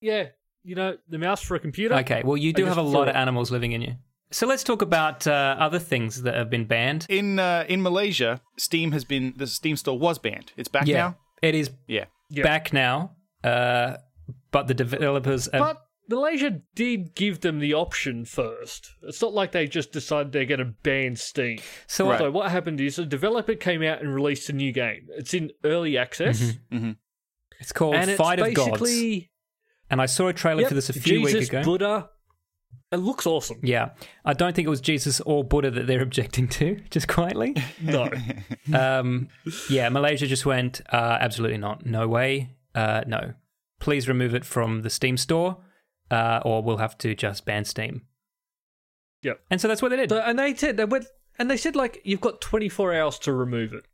Yeah, you know the mouse for a computer.
Okay, well, you
I
do
just
have a lot of
thought-
animals living in you. So let's talk about uh, other things that have been banned.
in uh, in Malaysia, Steam has been the Steam store was banned. It's back
yeah,
now.
it is
Yeah.
Yeah.
back now. Uh, but the developers, have,
But Malaysia did give them the option first. It's not like they just decided they're going to ban Steam.
so
Right.
So what happened is a developer came out and released a new game. It's in early access,
it's called
and it's
Mm-hmm. Fight of Gods.
basically
And I saw a trailer
yep,
for this a few
Jesus,
weeks ago.
Buddha. It looks
*laughs*
awesome.
yeah, I don't think it was Jesus or Buddha that they're *laughs* objecting to. Just quietly.
No,
um, yeah, Malaysia just went, uh, absolutely not. No way. Uh, no. Please remove it from the Steam store, uh, or we'll have to just ban Steam.
Yep.
And so that's what they did.
So- and they said they went, and they said like you've got 24 hours to remove it,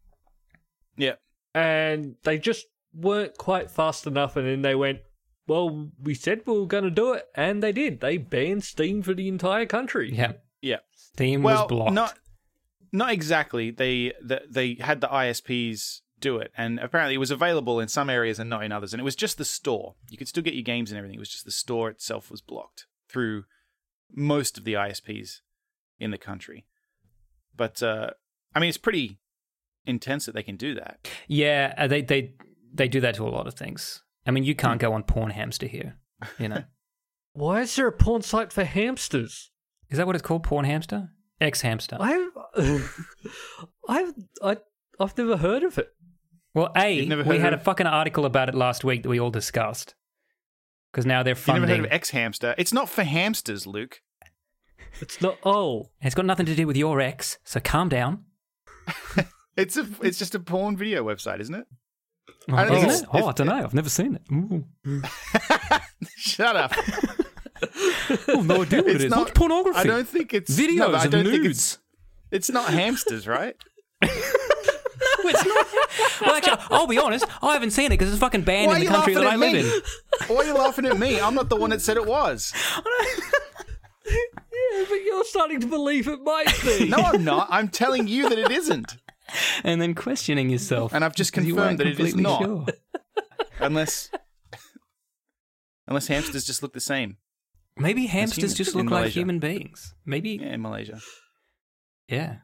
Yeah.
and they just weren't quite fast enough. And then they went, well, we said we were going to do it, and they did. They banned Steam for the entire country.
yeah.
Yeah.
Steam was blocked.
Not, not exactly. They the, they had the ISPs do it, and apparently it was available in some areas and not in others. And it was just the store. You could still get your games and everything. It was just the store itself was blocked through most of the ISPs in the country. But uh, I mean, it's pretty intense that they can do that.
Yeah, uh, they they they do that to a lot of things. I mean, you
Hmm.
can't go on Porn Hamster here. You know,
Why is there a porn site for hamsters?
is that what it's called? Porn Hamster? X Hamster?
I've, *laughs* I've, I, I've never heard of it.
Well, a
You've never
we
heard
had a
of-
fucking article about it last week that we all discussed because now they're
You
funding.
never heard of X Hamster? It's not for hamsters, Luke.
It's not. Oh,
it's got nothing to do with your ex, so calm down.
It's a it's just a porn video website, isn't it? *laughs*
Oh,
I don't
isn't
think
it?
it's-
Oh, I don't know. I've never seen it. Ooh.
Shut up.
Oh, no idea *laughs* what it
It's
is.
not-
What's pornography?
I don't think it's
Videos
no, but I
of
don't think it's,
*laughs* nudes.
it's not hamsters,
*laughs*
right?
well, actually, I'll be honest. I haven't seen it because it's fucking banned
Why are
in the
you
country
laughing
that
at
I live
me? *laughs* Why
in.
are you laughing at me? I'm not the one that said it was.
yeah, but you're starting to believe it might *laughs* be.
No,
*laughs*
I'm not. I'm telling you that it isn't.
And then questioning yourself.
And I've just
'cause you
confirmed
weren't
that it is
completely
not.
sure.
Unless unless hamsters just look the same.
Maybe
human-
hamsters just
in
look like
Malaysia.
human beings. Maybe
Yeah, in Malaysia.
Yeah.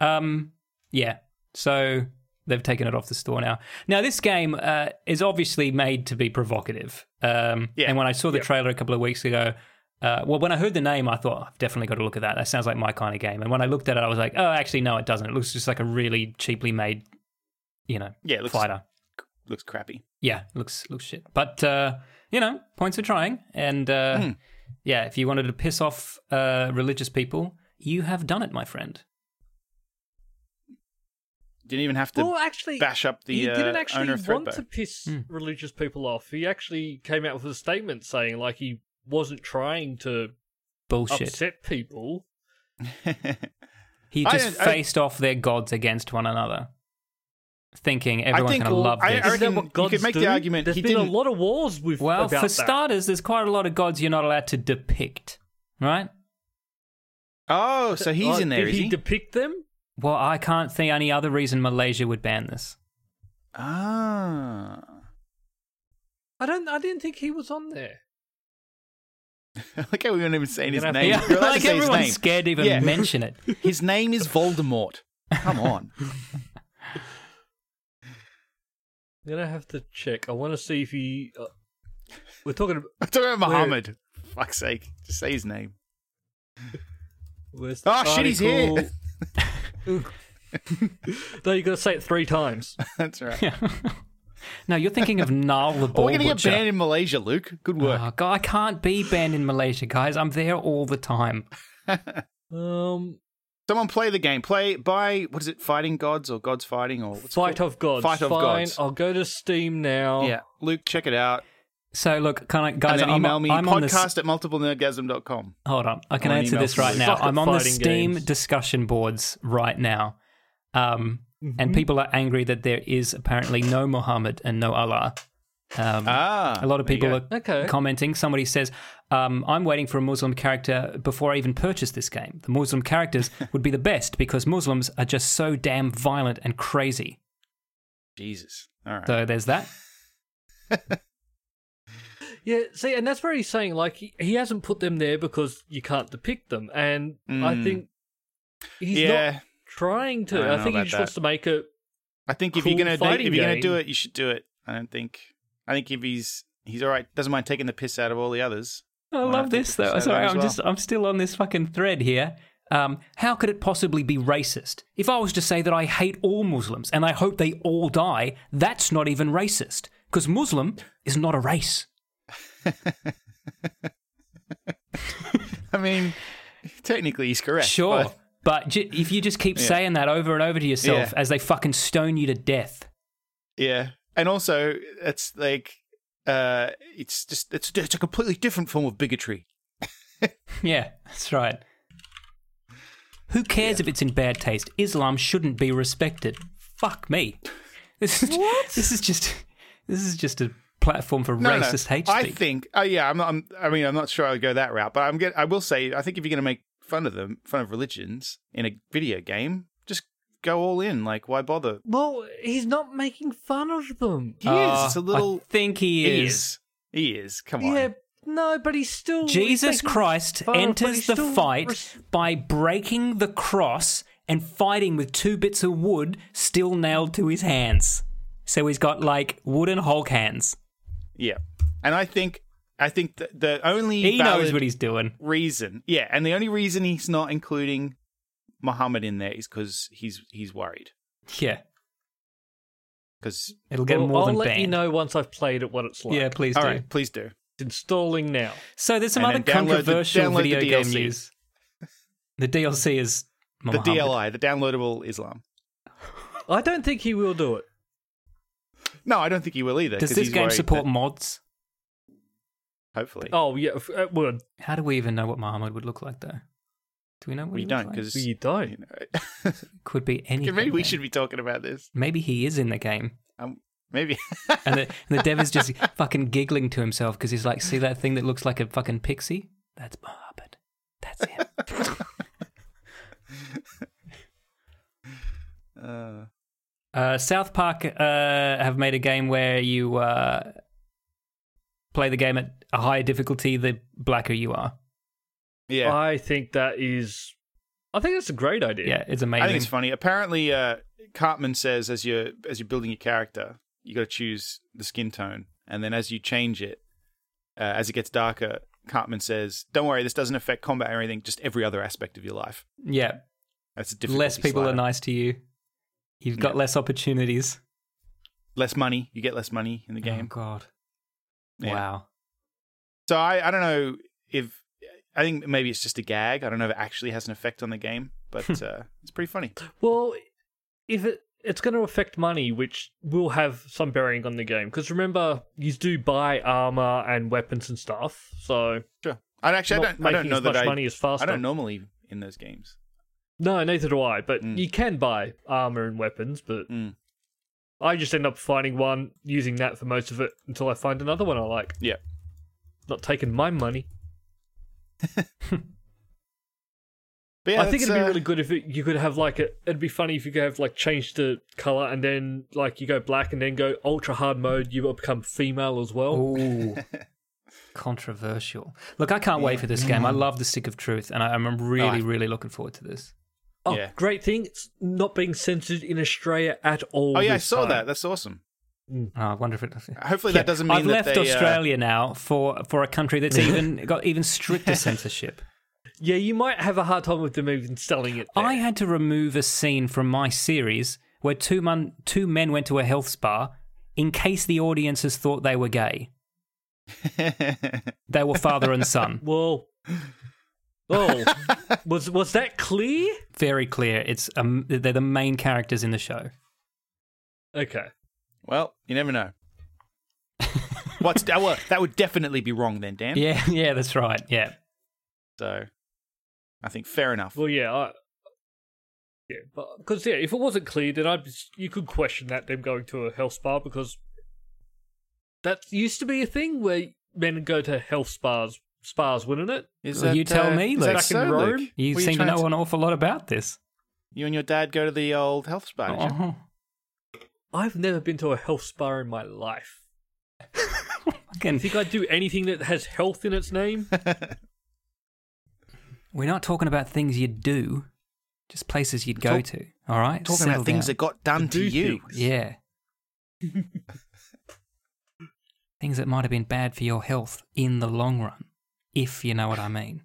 Um. Yeah. So they've taken it off the store now. Now this game uh, is obviously made to be provocative. Um,
Yeah.
And when I saw the trailer a couple of weeks ago, uh, well, when I heard the name, I thought I've definitely got to look at that. That sounds like my kind of game. And when I looked at it, I was like, oh, actually, no, it doesn't. It looks just like a really cheaply made, you know,
Yeah, it looks-
fighter.
Looks crappy.
Yeah, looks looks shit. But uh, you know, points are trying, and uh,
Mm.
yeah, if you wanted to piss off uh, religious people, you have done it, my friend.
Didn't even have to
well, actually,
bash up the
he didn't
uh,
actually
owner of
want
Threadbow.
to piss religious people off. He actually came out with a statement saying like he wasn't trying to
Bullshit.
upset people.
He
I
just
don't- I-
faced off their gods against one another, thinking everyone's
think
going to
all-
love
I-
this.
I
Isn't that
reckon
what
you
gods
could make the
do?
argument
There's
he
been a
didn't-
lot of wars with
well,
about
for
that.
starters, there's quite a lot of gods you're not allowed to depict, right?
*laughs* oh, so he's
Like,
in there,
Did
is he?
depict them?
Well, I can't see any other reason Malaysia would ban this.
ah. *laughs*
I don't. I didn't think he was on there.
Look how we weren't even saying his
You're
name.
gonna
Yeah,
We're allowed to
like
say his
everyone's
name.
scared to even
Yeah.
mention it.
*laughs* His name is Voldemort. Come
*laughs*
on.
I'm gonna have to check. I want to see if he. Uh, we're talking. ab-
I'm talking about Muhammad. Fuck's sake. Just say his name.
Where's the
Oh, shit, he's here.
article? no, you gotta say it three
*laughs*
times.
That's right.
*laughs* No, you're
*laughs*
thinking of Nile the
Oh,
Bull
we're going to get
Butcher.
banned in Malaysia, Luke. Good work.
Oh, God, I can't be banned in Malaysia, guys. I'm there all the time.
Um,
Someone play the game. Play by, what is it, Fighting Gods or Gods Fighting or what's it
fight
called?
of gods.
Fight of
Fine,
Gods.
I'll go to Steam now.
Yeah. Luke, check it out.
So look, can I,
and
guys?
then
I'm,
email me
I'm on this-
podcast at multiplenerdgasm.com.
Hold on, I can
on
answer
email
this right
first.
now.
Fuck
I'm on the
fighting
Steam
games.
discussion boards right now, um, and people are angry that there is apparently no Muhammad and no Allah. Um,
Ah.
a lot of
there you
people
go.
are
Okay.
commenting. Somebody says, um, "I'm waiting for a Muslim character before I even purchase this game. The Muslim characters would be the best because Muslims are just so damn violent and crazy."
Jesus. All right.
So there's that.
Yeah, see, and that's where he's saying like he, he hasn't put them there because you can't depict them, and I
Mm.
think he's
yeah.
not trying
I don't
to. I,
know
think he
about
just wants
that.
to make it.
I think if you're
cool
gonna do, if
fighting
you're gonna do
game.
it, you should do it. I don't think. I think if he's he's all right, doesn't mind taking the piss out of all the others. *laughs*
I
Well, I
love
think
this
we can say
though.
that
Sorry,
as
I'm
well.
just I'm still on this fucking thread here. Um, how could it possibly be racist? If I was to say that I hate all Muslims and I hope they all die, that's not even racist because Muslim is not a race.
I mean, technically he's correct.
sure,
but-
but, ju- if you just keep saying that over and over to yourself
Yeah.
as they fucking stone you to death,
yeah, and also it's like uh, it's just it's it's a completely different form of bigotry.
yeah, that's right. Who cares if it's in bad taste? Islam shouldn't be respected. Fuck me. This is this is just this is just a platform for racist hate speech.
I think. Oh yeah, I'm not. I'm, I mean, I'm not sure I would go that route, but I'm. Get, I will say, I think if you're gonna make fun of them, fun of religions in a video game, just go all in. Like, why bother?
Well, he's not making fun of them.
He is.
Uh,
It's a little.
I think he
He
is.
is. He is. Come on.
Yeah, no, but he's still he's
Jesus
making
Christ
fun of- but
enters
he's
the
still
fight
res-
by breaking the cross and fighting with two bits of wood still nailed to his hands. So he's got like wooden Hulk hands.
Yeah, and I think I think that the only
He knows
valid
what he's doing.
reason, yeah, and the only reason he's not including Muhammad in there is because he's he's worried
Yeah,
because
it'll get
Well,
more
I'll
than
let
banned.
you know once I've played it what it's like.
yeah, please do.
all right, please do.
It's installing now.
So there's some
And
other
then download the-
controversial
download the
video game
DLC.
news. The DLC is Muhammad.
The DLI, the downloadable Islam.
I don't think he will do it.
No, I don't think he will either.
Does
'cause
this
he's
game
worried
support
that-
mods?
hopefully.
Oh yeah, f- it would.
How do we even know what Muhammad would look like, though? Do we know what
we
he
don't
looks like?
because
You don't.
you know, *laughs*
could be anything.
maybe we
man.
should be talking about this.
Maybe he is in the game,
Um, maybe *laughs*
and the, and the dev is just fucking giggling to himself because he's like, "See that thing that looks like a fucking pixie? That's Muhammad. That's him."
*laughs* uh,
Uh, South Park uh, have made a game where you uh, play the game at a higher difficulty the blacker you are.
yeah.
I think that is. I think that's a great idea.
Yeah, it's amazing.
I think it's funny. Apparently, uh, Cartman says as you're as you're building your character, you got to choose the skin tone, and then as you change it, uh, as it gets darker, Cartman says, "Don't worry, this doesn't affect combat or anything. Just every other aspect of your life.
yeah,
That's a different.
less people are nice to you. You've got less opportunities.
Less money. You get less money in the
Oh
game.
God!
Yeah.
Wow.
So I, I don't know if I think maybe it's just a gag. I don't know if it actually has an effect on the game, but
Hmm.
uh, it's pretty funny.
Well, if it it's going to affect money, which will have some bearing on the game, because remember you do buy armor and weapons and stuff. So
Sure. I actually I
not
don't I don't
making
know
as
that
much
I
money is
I
faster.
don't normally in those games.
No, neither do I. But
Mm.
you can buy armor and weapons, but
Mm.
I just end up finding one, using that for most of it until I find another one I like.
Yeah.
Not taking my money.
But yeah,
I think
that's,
it'd be
uh,
really good if it, you could have like a. It'd be funny if you could have like change the color and then like you go black and then go ultra hard mode. You will become female as well.
Oh. *laughs*
Ooh. Controversial. Look, I can't wait for this game. I love the Stick of Truth, and I, I'm really,
Nice.
really looking forward to this.
Oh,
Yeah.
great thing! It's not being censored in Australia at all.
Oh yeah, I
this
saw
time.
that. That's awesome.
Oh, I wonder if it.
Hopefully that doesn't mean
I've
that
left
they, uh,
Australia now for for a
*laughs*
country that's even got even stricter censorship.
Yeah, you might have a hard time with them even selling it. there.
I had to remove a scene from my series where two men two men went to a health spa in case the audiences thought they
*laughs*
were gay. They were father and son.
*laughs*
Well, oh, was was that clear?
Very clear. It's um, they're the main characters in the show.
Okay.
well, you never
*laughs*
know. What's that? Well, that would definitely be wrong then, Dan.
Yeah, *laughs* yeah, that's right. Yeah.
So, I think fair enough.
Well, yeah, I, yeah, but because yeah, if it wasn't clear, then I'd be, you could question that them going to a health spa because that used to be a thing where men go to health spas, spas, wouldn't it?
Is
Well, you tell me,
is
Luke.
that
Back in
so,
Rome?
Luke?
You
What are
seem to
trying
know an awful lot about this.
You and your dad go to the old health spa.
Oh,
don't you?
Uh-huh.
I've never been to a health spa in my life.
Fucking-
I think I'd do anything that has health in its
*laughs*
name.
We're not talking about things you'd do, just places you'd go
Talk-
to. All right,
Talking
Settle
about things
down.
that got done to
Do
you.
things.
yeah, things that might have been bad for your health in the long run, if you know what I mean.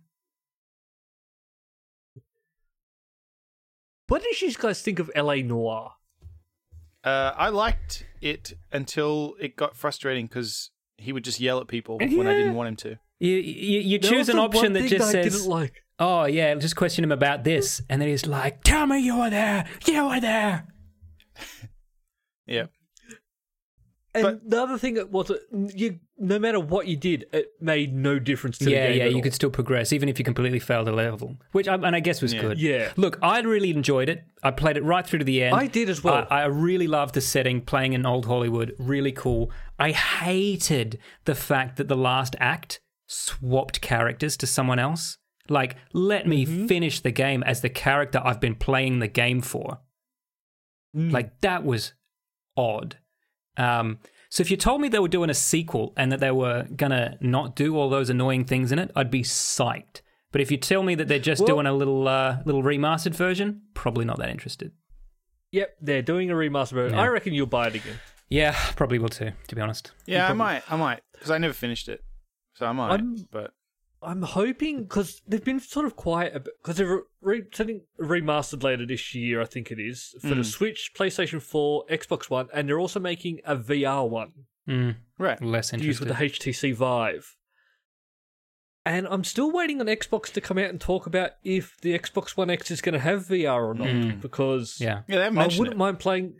What did you guys think of L.A. Noir?
Uh, I liked it until it got frustrating because he would just yell at people when I didn't want him to.
You you, you
That was
choose an
the
option
one
that
thing
just
I
says,
didn't like.
"Oh yeah, just question him about this," and then he's like, "Tell me you were there. You were there."
Yeah.
And
But-
the other thing that was, uh, you, no matter what you did, it made no difference to
yeah,
the game.
yeah,
at
you
all.
could still progress even if you completely failed a level, which I, and I guess was
Yeah.
good.
Yeah.
Look, I really enjoyed it. I played it right through to the end.
I did as well.
I, I really loved the setting, playing in old Hollywood, really cool. I hated the fact that the last act swapped characters to someone else. Like, let me
Mm-hmm.
finish the game as the character I've been playing the game for.
Mm.
Like that was odd. Um, so if you told me they were doing a sequel and that they were gonna not do all those annoying things in it, I'd be psyched. But if you tell me that they're just
Well-
doing a little uh, little remastered version, probably not that interested.
Yep, they're doing a remaster version.
Yeah.
I reckon you'll buy it again.
Yeah, probably will too. To be honest,
Yeah, I might. I might because I never finished it, so I might.
I'm-
But
I'm hoping because they've been sort of quiet because they're re- something remastered later this year, I think it is, for
Mm.
the Switch, PlayStation 4, Xbox One, and they're also making a VR one
mm,
right,
less
used
interested.
with the HTC Vive. And I'm still waiting on Xbox to come out and talk about if the Xbox One X is going to have VR or not
Mm.
because
yeah.
yeah, they haven't
I
mentioned
wouldn't
it.
mind playing.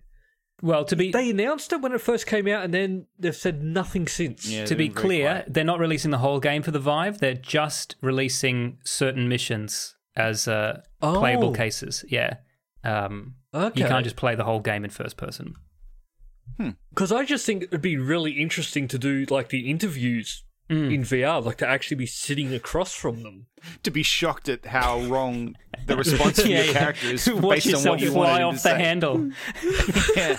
Well, to be
They announced it when it first came out, and then they've said nothing since.
Yeah,
to
they've
be
been very
clear,
quiet.
they're not releasing the whole game for the Vive. They're just releasing certain missions as uh,
Oh.
playable cases. Yeah. Um,
Okay.
You can't just play the whole game in first person.
Because I just think it'd be really interesting to do like the interviews
Mm.
in VR, like to actually be sitting across from them.
to be shocked at how wrong the response from
*laughs* Yeah,
your
yeah.
character is
Watch
based on
yourself
what you wanted
fly
him
off
to
the
say.
handle.
Yeah,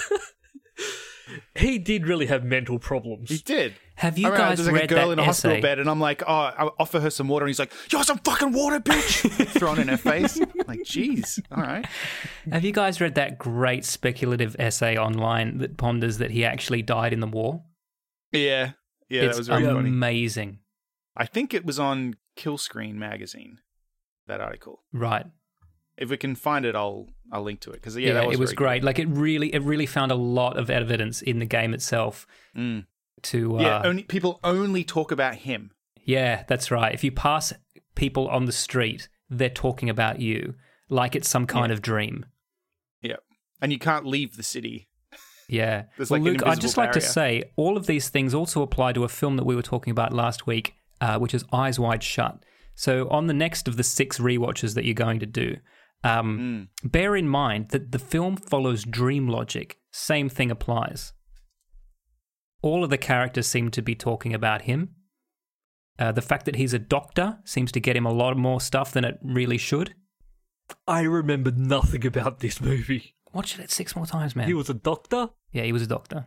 *laughs*
He did really have mental problems.
he did.
Have you
I remember
guys
there's like
read
a girl
that
in a hospital
essay?
bed, and I'm like, oh, I'll offer her some water, and he's like, you're some fucking water,
*laughs*
bitch, thrown in her face. like, jeez, all right.
Have you guys read that great speculative essay online that ponders that he actually died in the war?
Yeah, yeah,
it's
that was very funny.
amazing.
I think it was on Kill Screen magazine. That article.
Right.
If we can find it, I'll I'll link to it because yeah,
Yeah,
that was
it was
very
great. Like it really, it really found a lot of evidence in the game itself
Cool. Mm.
to. Uh,
Yeah, only people only talk about him.
Yeah, that's right. If you pass people on the street, they're talking about you like it's some kind of dream.
Yeah, and you can't leave the city.
Yeah.
There's
well,
like an
Luke, I'd just
invisible
like to
barrier.
say all of these things also apply to a film that we were talking about last week, uh, which is Eyes Wide Shut. So, on the next of the six rewatches that you're going to do, um,
Mm.
bear in mind that the film follows dream logic. Same thing applies. All of the characters seem to be talking about him. Uh, the fact that he's a doctor seems to get him a lot more stuff than it really should.
I remember nothing about this movie.
Watch it six more times, man.
He was a doctor.
yeah, he was a doctor.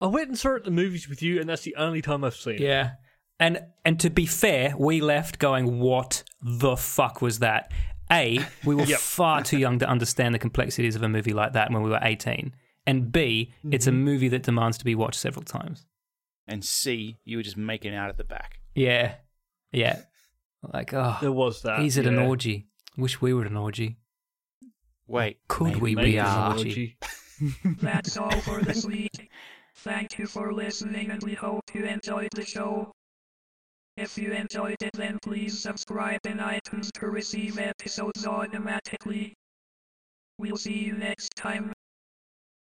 I went and saw it at the movies with you, and that's the only time I've seen it.
Yeah. And and to be fair, we left going, what the fuck was that? A,
*laughs*
we were far too young to understand the complexities of a movie like that when we were 18. And B, it's a
Mm-hmm.
movie that demands to be watched several times.
And C, you were just making out at the back.
Yeah. Yeah. Like, oh,
There was that.
he's at an
yeah.
orgy. Wish we were at an orgy.
Wait,
Could we
Maybe
be
it was
at
an
an orgy?
orgy.
That's all for this week. Thank you for listening and we hope you enjoyed the show. If you enjoyed it then please subscribe in iTunes to receive episodes automatically. We'll see you next time.